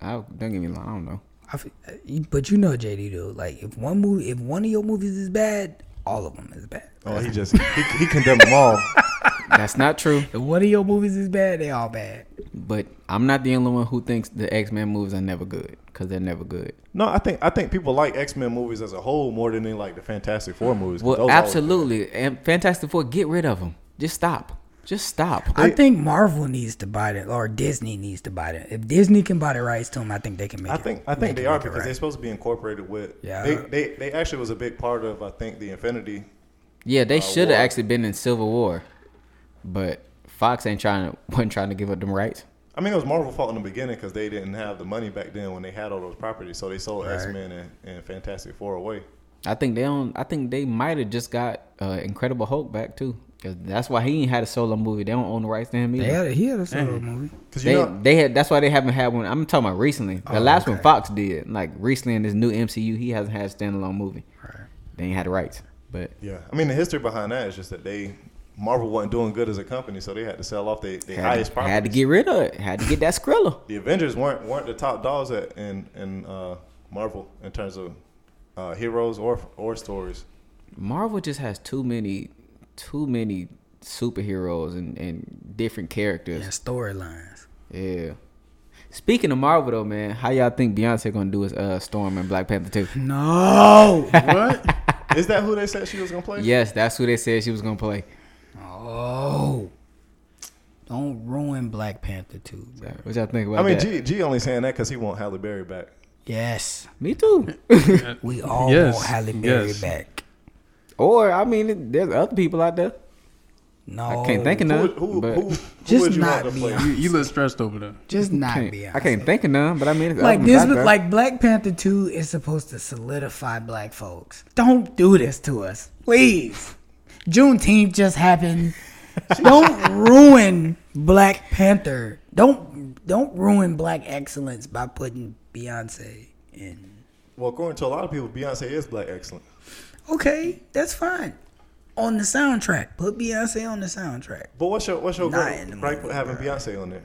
I, don't get me wrong. I don't know. I fe- uh, you- but you know, JD though, like if one movie, if one of your movies is bad, all of them is bad. Oh, he just he, he condemned them all. That's not true. If one of your movies is bad, they all bad. But I'm not the only one who thinks the X Men movies are never good because they're never good. No, I think I think people like X Men movies as a whole more than they like the Fantastic Four movies. 'cause Well, those always- absolutely. And Fantastic Four, get rid of them. Just stop. Just stop. I think Marvel needs to buy it, or Disney needs to buy it. If Disney can buy the rights to them, I think they can make I it. think I think make they it- are make it because they're supposed to be incorporated with. Yeah. They, they they actually was a big part of I think the Infinity. Yeah, Uh, they should have War. actually been in Civil War, but Fox ain't trying to wasn't trying to give up them rights. I mean, it was Marvel fault in the beginning because they didn't have the money back then when they had all those properties, so they sold X Men and, and Fantastic Four away. I think they don't. I think they might have just got uh, Incredible Hulk back too. 'Cause that's why he ain't had a solo movie. They don't own the rights to him either. They had a, he had a Mm. solo movie. Cause you They, know, they had that's why they haven't had one. I'm talking about recently. The Oh, last one okay. Fox did, like recently in this new MCU, he hasn't had a standalone movie. They ain't had the rights, but yeah. I mean, the history behind that is just that they Marvel wasn't doing good as a company, so they had to sell off their, their had highest to, property. had to get rid of it. Had to get that Skrilla. the Avengers weren't weren't the top dogs at in in uh, Marvel in terms of uh, heroes or or stories. Marvel just has too many, too many superheroes and and different And characters. storylines. Yeah. Speaking of Marvel though, man, how y'all think Beyonce gonna do as uh, Storm and Black Panther two? No. What? Is that who they said she was gonna play? Yes, that's who they said she was gonna play. oh. Don't ruin Black Panther 2, bro. What y'all think about I mean, that? G G only saying that because he want Halle Berry back. Yes. Me too. We all Yes, want Halle Berry yes. back. or I mean, there's other people out there. No. I can't think of Who none. would- who, but- who, who Just would you not want to me. play? you, you look stressed over there. Just not can't- Beyonce. I can't think of none, but I mean, it's Like albums this, out was- there. like Black Panther Two is supposed to solidify Black folks. Don't do this to us, please. Juneteenth just happened. don't ruin Black Panther. Don't don't ruin Black excellence by putting Beyonce in. Well, according to a lot of people, Beyonce is black excellent. Okay, that's fine. On the soundtrack, put Beyonce on the soundtrack. But what's your what's your Not gripe in the gripe movie, with having bro. Beyonce on there?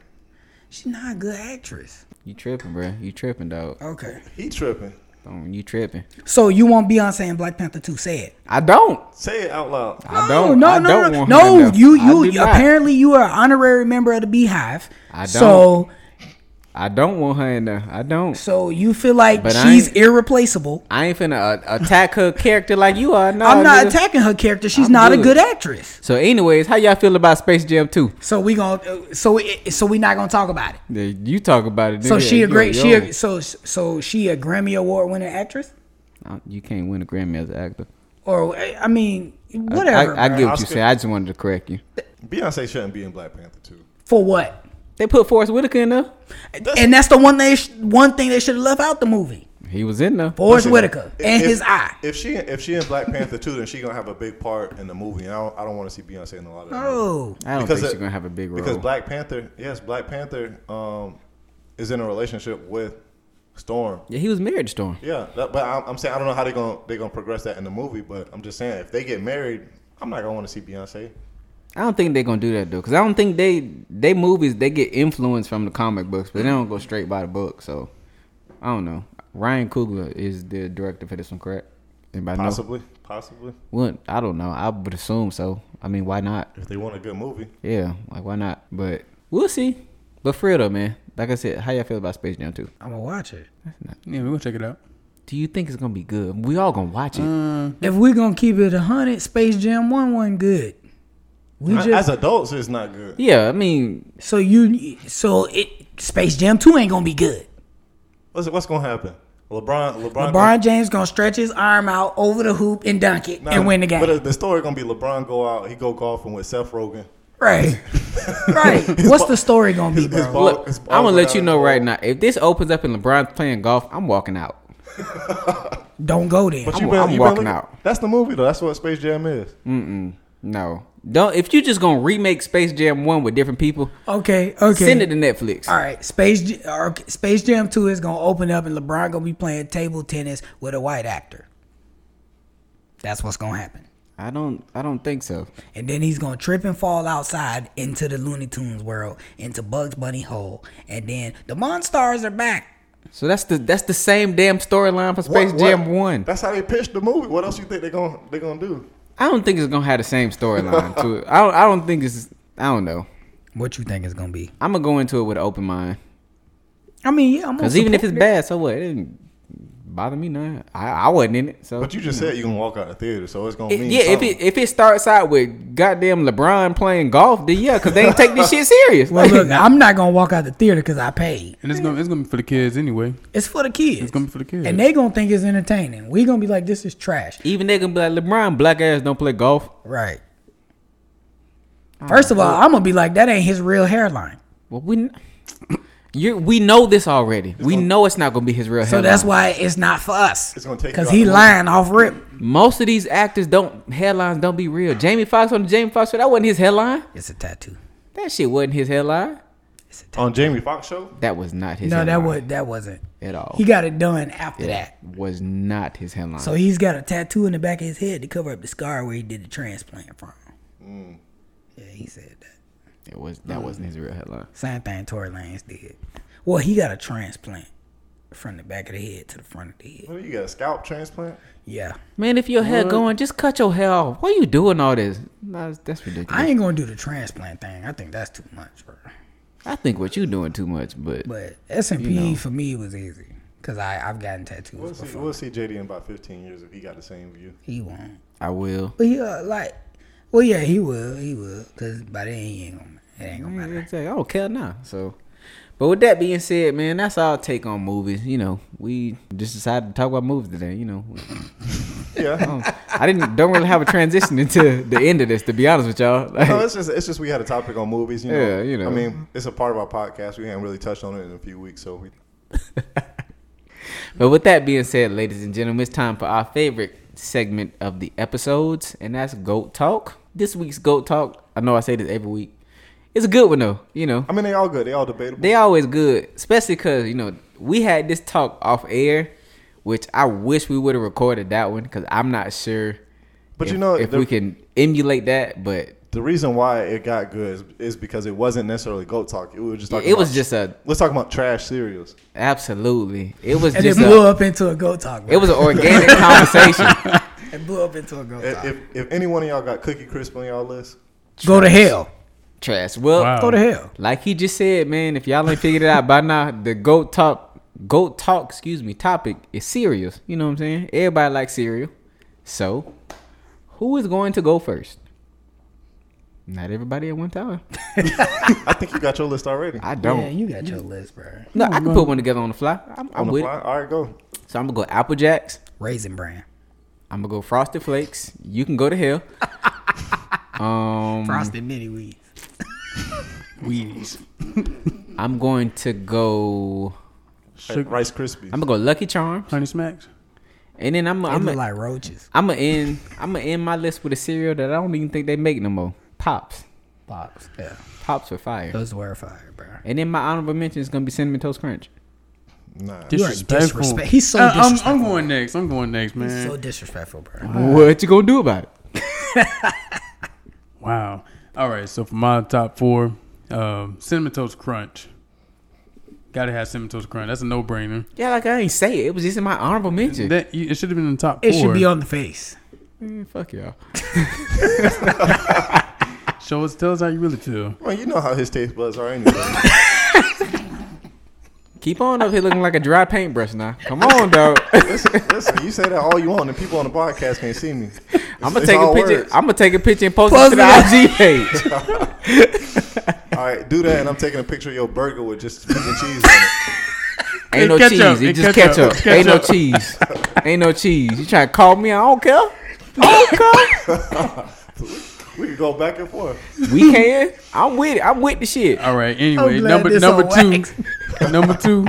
She's not a good actress. you tripping, bro. You tripping, dog. Okay. He tripping. Um, you tripping. So you want Beyonce and Black Panther 2? Say it. I don't. Say it out loud. I don't. No, I no, don't no, want no. her to know. you, I you. do not. apparently, you are an honorary member of the Beehive. I So, I don't want her in there. I don't. so you feel like But I she's ain't- irreplaceable. I ain't finna uh, attack her character like you are. No, I'm not nigga. attacking her character. She's I'm not a good. good actress. So, anyways, how y'all feel about Space Jam 2? So we gonna. So it, so we not gonna talk about it. Yeah, You talk about it. So nigga. she You a great. yo. She a, so so she a Grammy award winning actress. Uh, You can't win a Grammy as an actor. Or I mean, I- whatever. I, I, bruh. get what you Oscar- say. I just wanted to correct you. Beyonce shouldn't be in Black Panther too. for what. They put Forrest Whitaker in there. and that's the one they sh- one thing they should have left out the movie. He was in there. Forrest Listen, Whitaker if- and if- his eye. If she if she in Black Panther too, then she gonna have a big part in the movie. And I don't, I don't want to see Beyonce in a lot of. that movie. Oh, I don't Because think it- she's gonna have a big role. Because Black Panther, yes, Black Panther um, is in a relationship with Storm. yeah, he was married to Storm. Yeah, that, but I'm, I'm saying I don't know how they gonna they gonna progress that in the movie. But I'm just saying if they get married, I'm not gonna want to see Beyonce. I don't think they're gonna do that though, because I don't think they they movies they get influence from the comic books, but they don't go straight by the book. So I don't know. Ryan Coogler is the director for this one, correct? Anybody know? Possibly, possibly Well, I don't know. I would assume so. I mean, why not? if they want a good movie. Yeah, like why not? But we'll see. But for real though, man, like I said, how y'all feel about Space Jam 2? I'm gonna watch it. Yeah, we're gonna check it out. Do you think it's gonna be good? We all gonna watch it. Uh, If we're gonna keep it a hundred, Space Jam One wasn't good. We As- As just adults, it's not good. yeah, I mean, so you so it Space Jam Two ain't gonna be good. What's what's gonna happen? LeBron, LeBron, LeBron James gonna stretch his arm out over the hoop and dunk it Nah, and win the game. But uh, the- the story gonna be LeBron go out, he go golfing with Seth Rogen. right, right. What's the story gonna be, his- his bro? ball- Look, his I'm balls gonna were let down you the know hole. right now. If this opens up and LeBron's playing golf, I'm walking out. Don't go there. But I'm- I'm walking out. That's the movie though. That's what Space Jam is. No. Don't if you just gonna remake Space Jam One with different people, Okay, okay. send it to Netflix. All right, Space J- or, okay, Space Jam Two is gonna open up, and LeBron gonna be playing table tennis with a white actor. That's what's gonna happen, I don't I don't think so. and then he's gonna trip and fall outside into the Looney Tunes world, into Bugs Bunny hole, and then the Monstars are back. So that's the that's the same damn storyline for Space What- what- Jam One. That's how they pitched the movie. What else you think they gonna they gonna do? I don't think it's gonna have the same storyline to it. I don't I don't think it's I don't know. What you think it's gonna be? I'm gonna go into it with an open mind. I mean, yeah, I'm gonna Cause even if support it's bad, so what? It didn't bother me none. I, I wasn't in it. So But you just said you gonna walk out the theater, so it's gonna It- mean yeah, if something. it if it starts out with goddamn LeBron playing golf, then yeah, because they ain't take this shit serious. Well, Like, look, I'm not gonna walk out the theater because I paid. and it's gonna it's gonna be for the kids anyway. It's for the kids. It's gonna be for the kids. and they gonna think it's entertaining. We gonna be like, this is trash. even they gonna be like LeBron, black ass don't play golf. Right. First of all, I'm gonna be like, that ain't his real hairline. Well, we kn- you we know this already. we know it's not gonna be his real So hairline. that's why it's not for us. It's gonna take you because out he the lying off rip. Most of these actors don't headlines don't be real. Jamie Foxx on the Jamie Foxx show, that wasn't his headline. It's a tattoo. That shit wasn't his headline. It's a tattoo. on Jamie Foxx show. That was not his. No, that headline was that wasn't. at all. He got it done after that. was not his headline. So he's got a tattoo in the back of his head to cover up the scar where he did the transplant from. Mm. Yeah, he said that. it was that wasn't his real headline. Same thing Tory Lanez did. Well, he got a transplant from the back of the head to the front of the head. What do you got? A scalp transplant? Yeah. Man, if your hair going, just cut your hair off. Why you doing all this? Nah, that's- that's ridiculous. I ain't gonna do the transplant thing. I think that's too much, bro. I think what you doing too much, but But S and P for me was easy because I I've gotten tattoos We'll see. before. We'll see JD in about 15 years if he got the same view. He won't. I will. But yeah, like, well, yeah, he will. He will. Cause by then he ain't gonna. It ain't gonna matter. Exactly. I don't care now. "Oh, So, but with that being said, man, that's our take on movies. You know, we just decided to talk about movies today. You know, Yeah. Um, I didn't don't really have a transition into the end of this. To be honest with y'all, Like, No, it's just it's just we had a topic on movies. You know? Yeah, you know. I mean, it's a part of our podcast. We haven't really touched on it in a few weeks, so we but with that being said, ladies and gentlemen, it's time for our favorite segment of the episodes, and that's Goat Talk. This week's Goat Talk. I know I say this every week. It's a good one though. You know, I mean, they all good. They all debatable. they always good, especially because you know we had this talk off air, which I wish we would have recorded that one because I'm not sure. But if- you know, if the- we can emulate that, but the reason why it got good is, is because it wasn't necessarily goat talk. It was just talking it was about- just a let's talk about trash cereals. absolutely. It was And it just blew a, up into a go talk. it Bro. was an organic conversation. It blew up into a go If, talk. if if any one of y'all got Cookie Crisp on y'all list, Go to hell. Trash. Well, Wow. Go to hell. like he just said, man, if y'all ain't figured it out by now, the goat talk, goat talk, excuse me, topic is serious. You know what I'm saying? Everybody likes cereal. So, who is going to go first? Not everybody at one time. I think you got your list already. I don't. Yeah, you got your list, bro. no, I can put one together on the fly. I'm, on I'm the with fly. it. All right, go. So I'm gonna go Apple Jacks. Raisin bran, I'm gonna go Frosted Flakes. You can go to hell. um, frosted mini wheats. Wheaties. I'm going to go. Sugar, Rice Krispies. I'm gonna go Lucky Charms, honey smacks. and then I'm They I'm look like roaches. I'm gonna end. I'm gonna end my list with a cereal that I don't even think they make no more. Pops. Box. Yeah, Pops are fire. those were fire, bro. And then my honorable mention is gonna be cinnamon toast crunch. nah. You are Disrespectful. disrespect- he's so I- I'm- I'm, disrespectful. going next. I'm going next, man. So disrespectful, bro. What you gonna do about it? wow. All right. So for my top four, um, cinnamon toast crunch. Gotta have cinnamon toast crunch. That's a no brainer. Yeah, like I ain't say it. It was just in my honorable mention. That you- it should have been in the top four. It should be on the face. Man, fuck y'all. Show us, tell us how you really feel. Well, you know how his taste buds are anyway. Keep on up here looking like a dry paintbrush now. Come on, dog. listen, listen, you say that all you want, and people on the podcast can't see me. It's- I'm gonna it's take a all picture. words. I'm gonna take a picture and post it Post to it the IG page. All right, do that, and I'm taking a picture of your burger with just vegan cheese on it. Ain't no It's cheese. ketchup. It It's just ketchup. ketchup. It's Ain't no ketchup. cheese. Ain't no cheese. You trying to call me? I don't care. I don't care. We could go back and forth. We can. I'm with it. I'm with the shit. All right. Anyway, I'm glad number this number on two, wax. number two.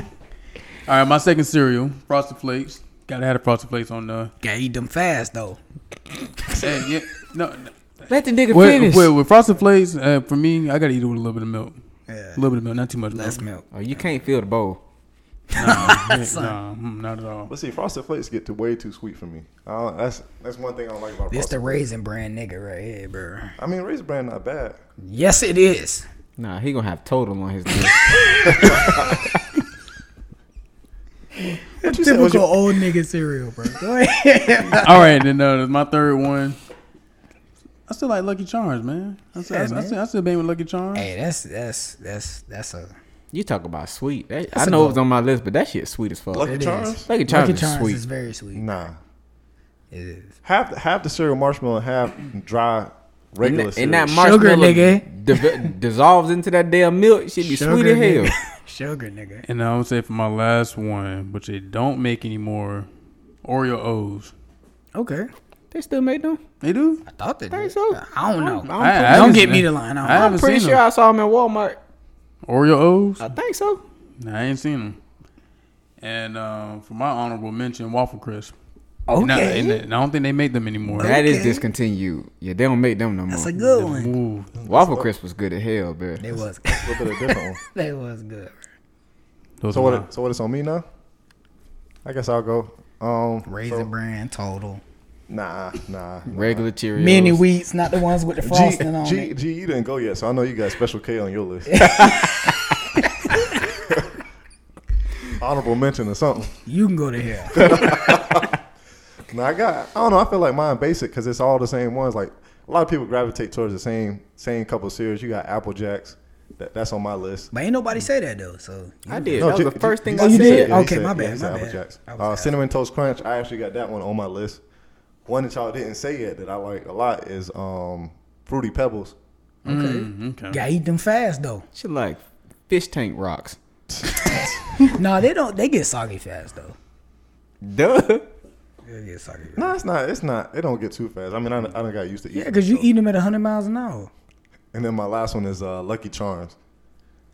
All right, my second cereal, Frosted Flakes. Gotta have the Frosted Flakes on the. Gotta eat them fast though. Hey, yeah, no, no. Let the nigga With, finish. with, with Frosted Flakes, uh, for me, I gotta eat it with a little bit of milk. Yeah. A little bit of milk, not too much. Less milk. milk. oh, you can't feel the bowl. No, mm, not at all. But see, frosted flakes get too, way too sweet for me. I don't, that's that's one thing I don't like about This frosted. the raisin brand nigga right here, bro. I mean, Raisin Bran not bad. Yes, it is. Nah, he gonna have total on his list. What you said was Typical your, old nigga cereal, bro. Go ahead. All right, then uh, my third one. I still like Lucky Charms, man. I still, Yeah, I, man. still, I still bang with Lucky Charms. hey, that's that's that's that's a you talk about sweet. That- I a know good it was on my list, but that shit's sweet as fuck. Lucky it is. Charms? Lucky Charms Lucky is Charms sweet. is very sweet. Nah. It is. Half the, half the cereal marshmallow and half dry And, regular that- and cereal. that marshmallow Sugar, nigga. div- dissolves into that damn milk. Shit be sweet as hell. nigga. Sugar nigga. And I would say for my last one, which they don't make anymore, Oreo O's. Okay. They still make them. They do. I thought that. Think did. so? I don't know. I- I'm haven't get seen me it. the line. I don't- I I'm I'm haven't pretty seen sure them. I saw them at Walmart. Oreo O's. I think so. um, Nah, I ain't seen them. And uh, for my honorable mention, waffle crisp. And I, Okay. and I don't think they make them anymore. That is Okay. discontinued. Yeah, they don't make them no more. That's a good one. Ooh, Waffle crisp was good as hell, bro. They was A little bit of a different one. they was good. those So are mine. what? So what? It's on me now. I guess I'll go. Um, Raisin so- bran total. Nah, nah. nah. Regular Cheerios. Mini wheats, not the ones with the G, frosting on G, it. G, you didn't go yet, so I know you got Special K on your list. Honorable mention or something. You can go to hell. No, I got. I don't know. I feel like mine basic because it's all the same ones. Like a lot of people gravitate towards the same same couple of series. You got Apple Jacks. That, that's on my list. But ain't nobody say that though. So I did. No, that G- was the first G- thing G- I Oh, you said. did? he Okay, my he bad, my Apple bad. Jacks. I was Uh, asking. Cinnamon Toast Crunch. I actually got that one on my list. One that y'all didn't say yet that I like a lot is um, Fruity Pebbles. Mm, okay. gotta eat them fast though. She like fish tank rocks. no, they don't. They get soggy fast though. Duh. They get soggy. Fast. No, it's not. It's not. It don't get too fast. I mean, I, I don't got used to eating. Yeah, because it, you so. eat them at hundred miles an hour. And then my last one is uh, Lucky Charms.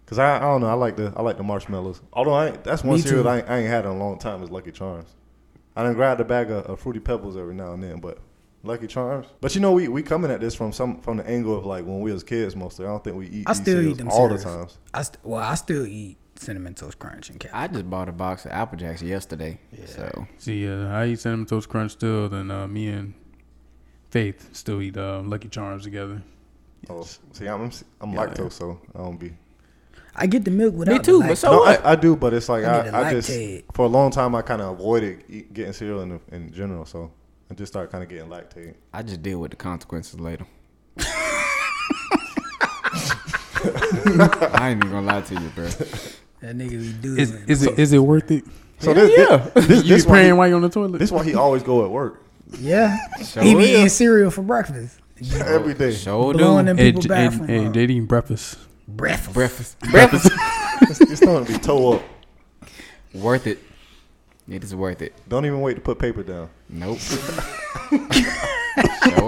Cause I, I don't know. I like the I like the marshmallows. Although I ain't, that's one Me cereal too. that I ain't, I ain't had in a long time is Lucky Charms. I done grabbed a bag of, of fruity pebbles every now and then, but Lucky Charms. But you know, we we coming at this from some from the angle of like when we was kids mostly. I don't think we eat. I these still cereals eat them all the cereals. times. I st- well, I still eat cinnamon toast crunch and cat. I just bought a box of Apple Jacks yesterday. So See, uh, I eat cinnamon toast crunch still. Then uh, me and Faith still eat uh, Lucky Charms together. Oh, see, I'm I'm, I'm Yeah, lactose, so I don't be. I get the milk without. me too. The But lactose. so no, what? I, I do, but it's like I I, need to I, just lactate. for a long time I kind of avoided eat, getting cereal in in general, so I just started kind of getting lactate. I just deal with the consequences later. I ain't even gonna lie to you, bro. that nigga we do. Is it. is it is it worth it? So Hell this, yeah. this, this, you be this one, praying he, while you're on the toilet. this one he always go at work yeah, Sure he be is. eating cereal for breakfast. every day. Show Blowing do them hey, people J- hey, bathroom. hey, up. they eating breakfast. breakfast. breakfast. Breakfast. Your stomach be toe up. worth it. It is worth it. Don't even wait to put paper down. Nope. Sure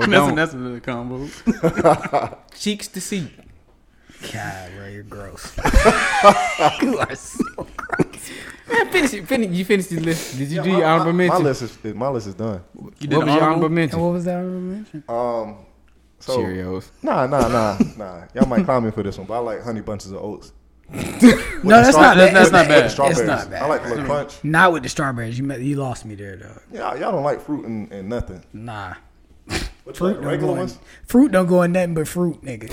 don't. that's another combo. Cheeks to see. God, bro, you're gross. you are so gross. Man, finish it. Finish. You finished the list. Did you do My- your honorable my, my mention? list is my list is done. You What was your honorable mention? And what was that I mentioned? Um, so Cheerios. nah, nah, nah, nah. Y'all might clown me for this one, but I like honey bunches of oats. With No, the that's straw- not that's bad. with not the- with the bad. It's strawberries. not bad. I like the little crunch. Not with the strawberries. You ma- you lost me there, dog. Yeah, y'all don't like fruit and, and nothing. Nah. What you Fruit like, don't regular go in, ones. fruit don't go in nothing but fruit, nigga.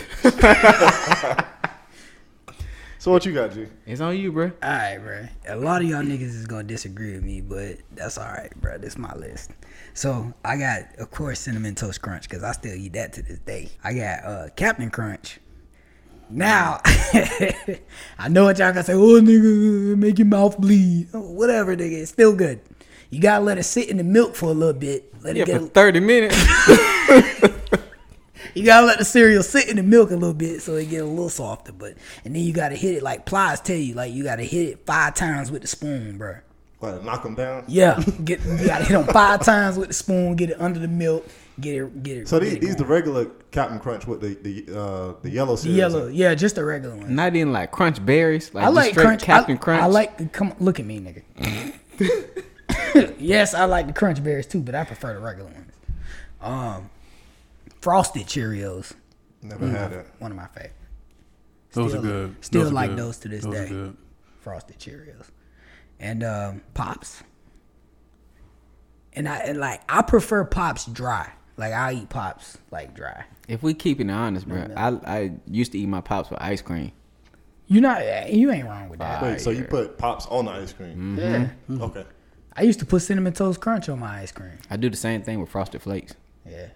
So what you got, G? It's on you, bro. All right, bro. A lot of y'all niggas is gonna disagree with me, but that's all right, bro. This my list. So I got, of course, cinnamon toast crunch because I still eat that to this day. I got uh, Captain Crunch. Now I know what y'all gonna say. Oh, nigga, make your mouth bleed. Oh, whatever, nigga. It's still good. You gotta let it sit in the milk for a little bit. Let Yeah, it get. for thirty minutes. You gotta let the cereal sit in the milk a little bit so it get a little softer. But and then you gotta hit it like Plies tell you. Like you gotta hit it five times with the spoon, bro. What, knock them down? Yeah, get you gotta hit them five times with the spoon, get it under the milk, get it, get it. So get these, it these the going. regular Captain Crunch with the the uh, the yellow The cereal. yellow, yeah, just the regular one. Not even like crunch berries. Like I just like straight crunch, Captain I, Crunch. I like come look at me, nigga. yes, I like the crunch berries too, but I prefer the regular ones. Um, frosted Cheerios, Never had it. one of my favorite. Those Still- are good. Still Those are like good. those to this Those are day. good. Frosted Cheerios, and um, pops. And I and like I prefer pops dry. Like I eat pops like dry. if we keeping it honest, bro, I I used to eat my pops with ice cream. You not eh, you ain't wrong with that. Wait, so you put pops on the ice cream? Yeah. Okay. I used to put cinnamon toast crunch on my ice cream. I do the same thing with frosted flakes. Yeah.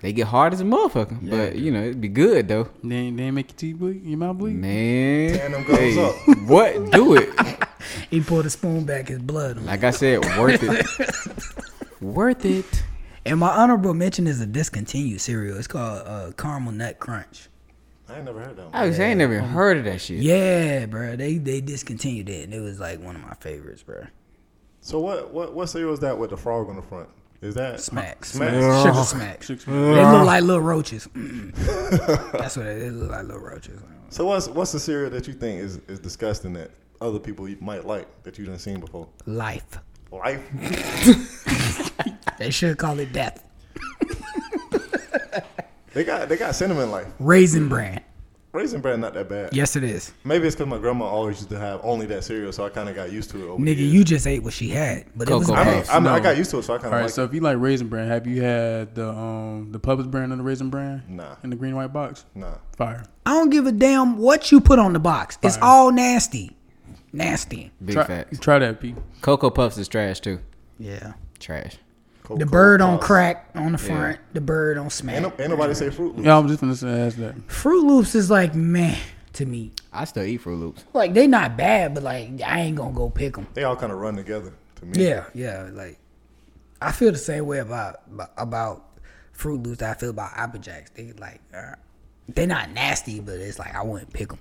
They get hard as a motherfucker, but you know it'd be good though. They ain't, they ain't make your teeth bleed, your mouth Mm. bleed. Man, Tan them girls Hey, up. what? Do it. He pulled a spoon back, his blood. on it. Like I said, worth it. worth it. And my honorable mention is a discontinued cereal. It's called uh, caramel nut crunch. I ain't never heard that one. I, was, I ain't never even heard of that shit. Yeah, bro. They they discontinued it, and it was like one of my favorites, bro. So what what what cereal is that with the frog on the front? Is that Smacks. Smacks. Sugar smacks. Six- They look like little roaches. That's what it is. They look like little roaches. So what's what's the cereal that you think is is disgusting that other people you might like that you done seen before? Life. life. They should call it death. They got they got cinnamon life. Raisin bran. Raisin bread not that bad. Yes, it is. Maybe it's because my grandma always used to have only that cereal, so I kind of got used to it. Over Nigga, the years. you just ate what she had, but it was Cocoa Oh, I mean, Puffs, I, mean I no. got used to it, so I kind All of right, like. so if you like raisin bran, have you had the um the Publix brand and the raisin bran? Nah. In the green and white box? nah, Fire. I don't give a damn what you put on the box. It's Fire. all nasty, nasty. Big try, facts. Try that, P. Cocoa Puffs is trash too. Yeah. Trash. The Cocoa bird on Puffs. crack on the front. The bird on smack. Ain't, no- ain't nobody say Fruit Loops. Yeah, I was just gonna say ask that. Fruit Loops is like meh to me. I still eat Fruit Loops. Like they not bad, but like I ain't gonna go pick them. They all kind of run together to me. Yeah, yeah. Like I feel the same way about about Fruit Loops. that I feel about Apple Jacks. They like uh, they not nasty, but it's like I wouldn't pick them.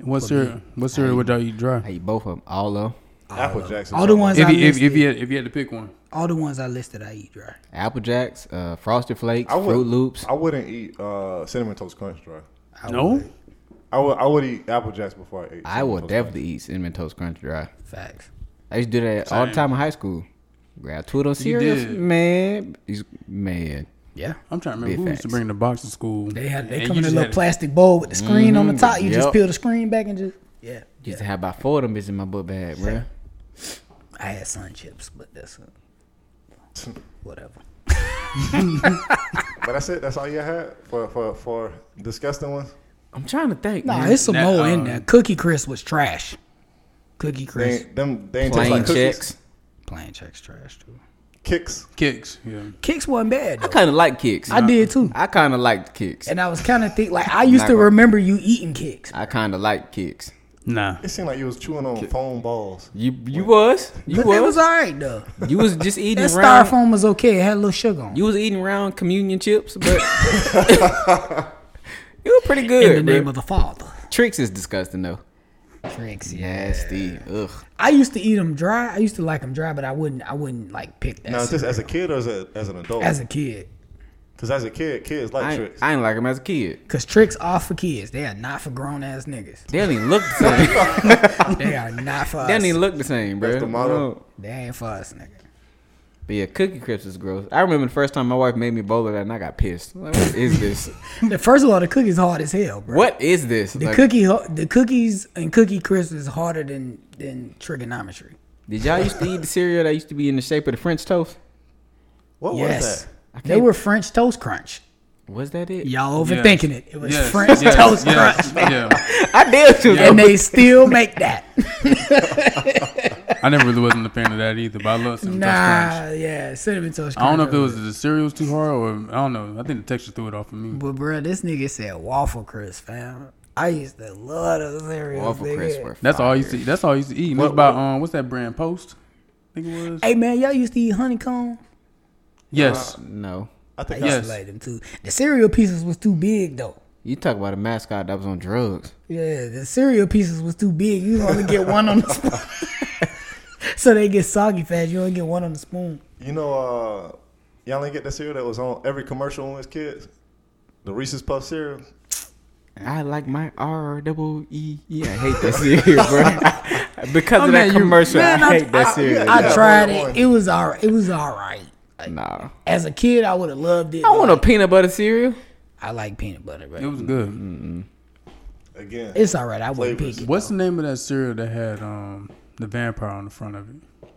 What's your what's your what y'all eat I dry? eat both of them. All of 'em. Apple Jacks. is All the up ones If I you, if, listed, if you had if you had to pick one. all the ones I listed, I eat dry. Apple Jacks, uh, Frosted Flakes, there. I would- Fruit Loops. I wouldn't eat uh, cinnamon toast crunch dry. I No? would. I would I would eat Apple Jacks before I ate. I will Cinnamon Toast definitely eat cinnamon toast crunch dry. Facts. I used to do that all the Same. time in high school. Grab Twiddle cereals, did. man. He's- Man, Yeah. I'm trying to remember Big who used to facts. bring the box to school. They had they and come you in a just little had- plastic bowl with the screen on the top. You just Yep. peel the screen back and just yeah. used to have about four of them bitches in my book bag, bro. I had sun chips, but that's uh, whatever. crunch. But that's it. That's all you had for for for disgusting ones. I'm trying to think. Nah, man. it's some Nah, more in um, there. Cookie Crisp was trash. Cookie They Crisp, ain't, them they ain't taste plain like cookies. checks. plain checks trash too. Kicks. Kicks, yeah. Kicks wasn't bad I though. kind of like kicks. I did too, I kind of liked kicks. and I was kind of think like I used Not to gonna- remember you eating kicks. I kind of like kicks. Nah. It seemed like you was chewing on foam balls. You you was you But that was was all right though. you was just eating That round. styrofoam was okay. It had a little sugar on. it. You was eating round communion chips, but you were pretty good. in the name bro. of the Father. Tricks is disgusting though. Tricks, Nasty. Ugh. I used to eat them dry. I used to like them dry, but I wouldn't. I wouldn't like pick that. Now, is cereal. this as a kid or as, a, as an adult? as a kid, Because as a kid, kids like I ain't, tricks. I ain't like them as a kid. cause tricks are for kids. They are not for grown ass niggas. They don't even look the same. They are not for they us. don't even look the same, bro. That's the motto. No. They ain't for us, nigga. But yeah, cookie crisps is gross. I remember the first time my wife made me a bowl of that, and I got pissed. Like, what is this? The first of all, the cookies hard as hell, bro. what is this? The Like, cookie, ho- the cookies and cookie crisp is harder than than trigonometry. did y'all used to eat the cereal that used to be in the shape of the French toast? What was yes, that? they were French toast crunch. Was that it? Y'all Yes. overthinking it. It was Yes, French yes, toast yes, crunch, Yeah. I did too. and they still make that. I never really wasn't a fan of that either, but I love cinnamon toast crunch. nah, yeah, cinnamon toast. I don't know if Crunch it was the cereals too hard or I don't know. I think the texture threw it off of me. But bro, this nigga said waffle crisp, fam. I used to love those cereals. Waffle nigga. crisps were That's all I used fire. to. That's all I used to eat. And It was about um, what's that brand? Post. I think it was. Hey man, y'all used to eat honeycomb. Yes. No. I I think used Yes. to like them too. The cereal pieces was too big though. You talk about a mascot that was on drugs. Yeah, the cereal pieces was too big. You only get one on the spoon. so they get soggy fast. You only get one on the spoon. I, you know, uh, y'all ain't get that cereal that was on every commercial when we was kids? The Reese's Puff cereal. I like my R double E. Yeah, I hate that cereal, bro. because of that commercial, Oh, Man, I hate that cereal. I, Yeah, tried one it. on It was all right. It was all right. nah. As a kid, I would have loved it. I but want a like, peanut butter cereal. I like peanut butter, It but was Mm-hmm. good. Again. it's all right. I wouldn't Flavors. pick it. What's the name of that cereal that had um the vampire on the front of it?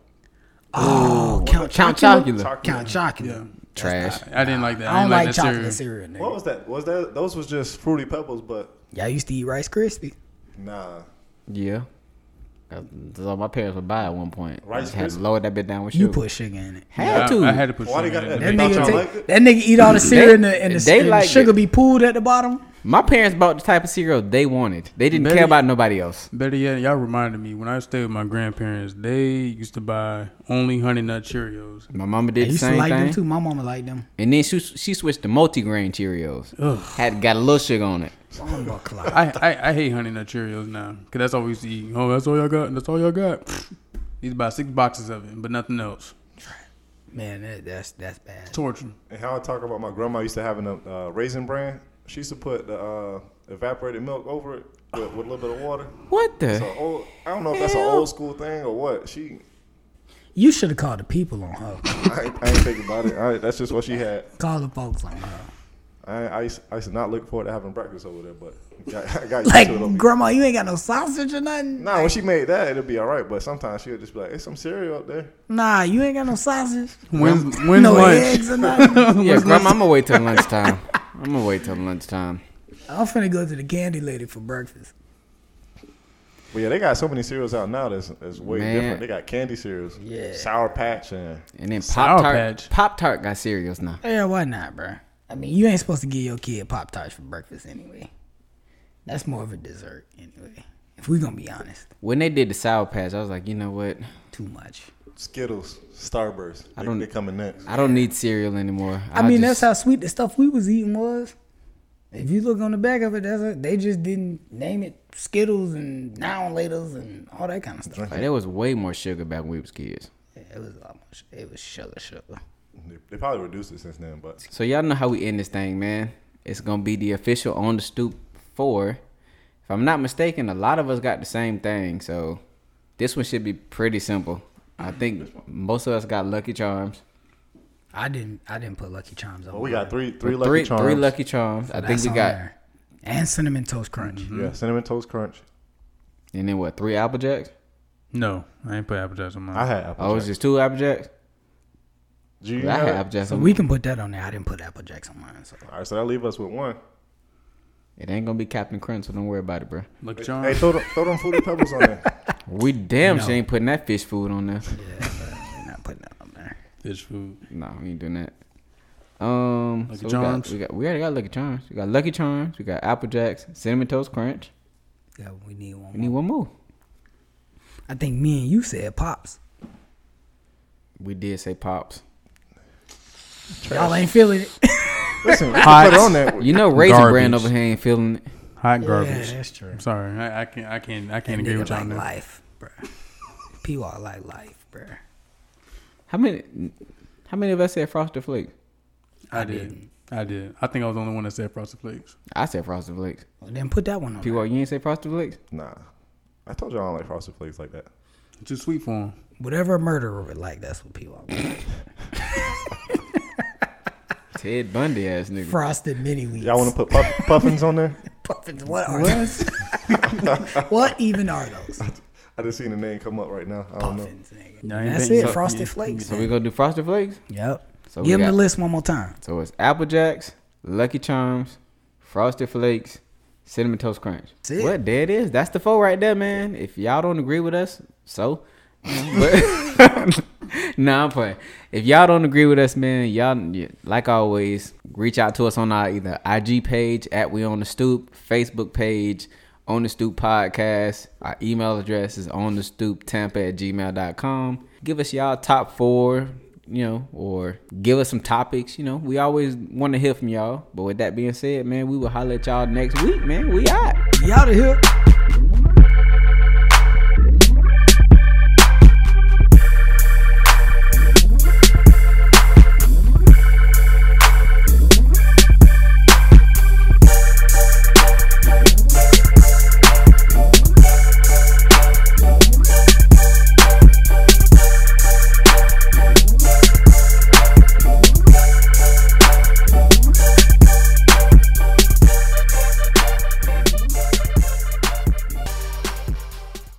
Oh, Count Count Chocula. Chocula. Count Chocula. Trash. I didn't like that. I don't didn't that like, chocolate cereal. nigga. what was that? Was that? Those was just Fruity Pebbles, but Y'all used to eat Rice Krispies. nah. Yeah. That's that's all my parents would buy at one point. I Rice just had to Krispies? lower that bit down with sugar. You put sugar in it. Had I- to. I, had to put. Why they sugar got in that? it. That They nigga, thought y'all liked take, it? that nigga eat all the cereal and the, and the, they and the liked sugar it. be pooled at the bottom. my parents bought the type of cereal they wanted. They didn't Better care yet- about nobody else. Better yet, y'all reminded me when I stayed with my grandparents. They used to buy only Honey Nut Cheerios. My mama I did the used to same like them thing. too. My mama liked them. And then she she switched to multigrain Cheerios. Had got a little sugar on it. Mama clock. I, I I hate Honey Nut Cheerios now because that's all we used to eat. Oh, that's all y'all got. That's all y'all got. These about six boxes of it, but nothing else. Man, that, that's that's bad. Torture. And how I talk about my grandma used to having a uh, raisin bran. She used to put the uh, evaporated milk over it with, with a little bit of water. What the? So old, I don't know if that's an Hell. old school thing or what. She You should have called the people on her. I, ain't- I ain't thinking about it. I, that's just what she had. Call the folks on her. I, I, used, I used to not look forward to having breakfast over there, but got, I got used to it. over Like, here. grandma, you ain't got no sausage or nothing. Nah, when she made that, it'll be all right. But sometimes she'll just be like, "It's some cereal up there." Nah, you ain't got no sausage. When's, when's No lunch? eggs or nothing. Yeah, grandma, I'm gonna wait till lunchtime. I'm gonna wait till lunchtime. I'm finna go to the candy lady for breakfast. But yeah, they got so many cereals out now that's, that's way Man. different. They got candy cereals, Yeah. Sour Patch, and And then Sour Pop Tart. Patch. Pop Tart got cereals now. Yeah, why not, bro? I mean, you ain't supposed to give your kid Pop Tarts for breakfast anyway. That's more of a dessert anyway. If we gonna be honest, When they did the Sour Patch, I was like, you know what? too much. Skittles, Starburst. I They, don't- they coming next. I don't need cereal anymore. I mean, that's how sweet the stuff we was eating was. If you look on the back of it, that's a, they just didn't name it Skittles and Now and Laters and all that kind of stuff. Like, there was way more sugar back when we was kids. Yeah, it was almost, it was sugar, sugar. They, they probably reduced it since then, but So y'all know how we end this thing, man. It's gonna be the official on the stoop four. If I'm not mistaken, a lot of us got the same thing. So this one should be pretty simple. I think most of us got Lucky Charms. I didn't, I didn't put Lucky Charms on. well, we mine. got three, three Three Lucky Charms, Three Lucky Charms. I think That's we on got, there. and cinnamon toast crunch. Mm-hmm. yeah, cinnamon toast crunch. and then what? Three Apple Jacks. No, I ain't put apple jacks on mine. I had apple. Oh, it was just two Apple Jacks. G, I had Apple Jacks. So on- we can put that on there. I didn't put Apple Jacks on mine. So All right, so that leave us with one. It ain't gonna be Captain Crunch, so don't worry about it, bro. Lucky Hey, Charms. throw them, throw them fruity pebbles on there. We damn No. sure ain't putting that fish food on there. we're not putting that on there. Fish food. No, we ain't doing that. Um, Lucky so we got- Charms. We, got, we already got Lucky Charms. We got Lucky Charms. We got Apple Jacks, Cinnamon Toast Crunch. Yeah, we need one. We need one more. I think me and you said pops. We did say pops. Y'all ain't feeling it. Listen, we Hot. can put it on there. You know, Raisin Garbage. Brand over here ain't feeling it. Hot garbage. that's true. I'm sorry. I, I can't. I can't. I can't agree Nigga with y'all. like on that. life, bro. People are like life, bro. How many? How many of us said Frosted Flakes? I did. I did. I think I was the only one that said frosted flakes. I said Frosted Flakes. Well, then put that one on. People, you ain't say Frosted Flakes. Nah, I told you I don't like frosted flakes like that. Too sweet for him. there. Whatever a murderer would like, that's what people are. Ted Bundy ass nigga. Frosted mini wheats. Y'all want to put puff, puffins on there? puffins? What are those? what even are those I just seen the name come up right now. I don't know. puffins, nigga? Nah, I ain't that's think it. so. Frosted Yeah. flakes. So we gonna do Frosted Flakes. Yep. So we Give them got- the list one more time. So it's Apple Jacks, Lucky Charms, Frosted Flakes, Cinnamon Toast Crunch. That's it. What? There it is. That's the four right there, man. If y'all don't agree with us, so. but nah, I'm playing. If y'all don't agree with us, man, y'all yeah, like always reach out to us on our either IG page at We On The Stoop, Facebook page On The Stoop Podcast. Our email address is on the stoop tampa at gmail.com. Give us y'all top four, you know, or give us some topics. You know, we always want to hear from y'all. But with that being said, man, we will holler at y'all next week, man. We out. Y'all to here.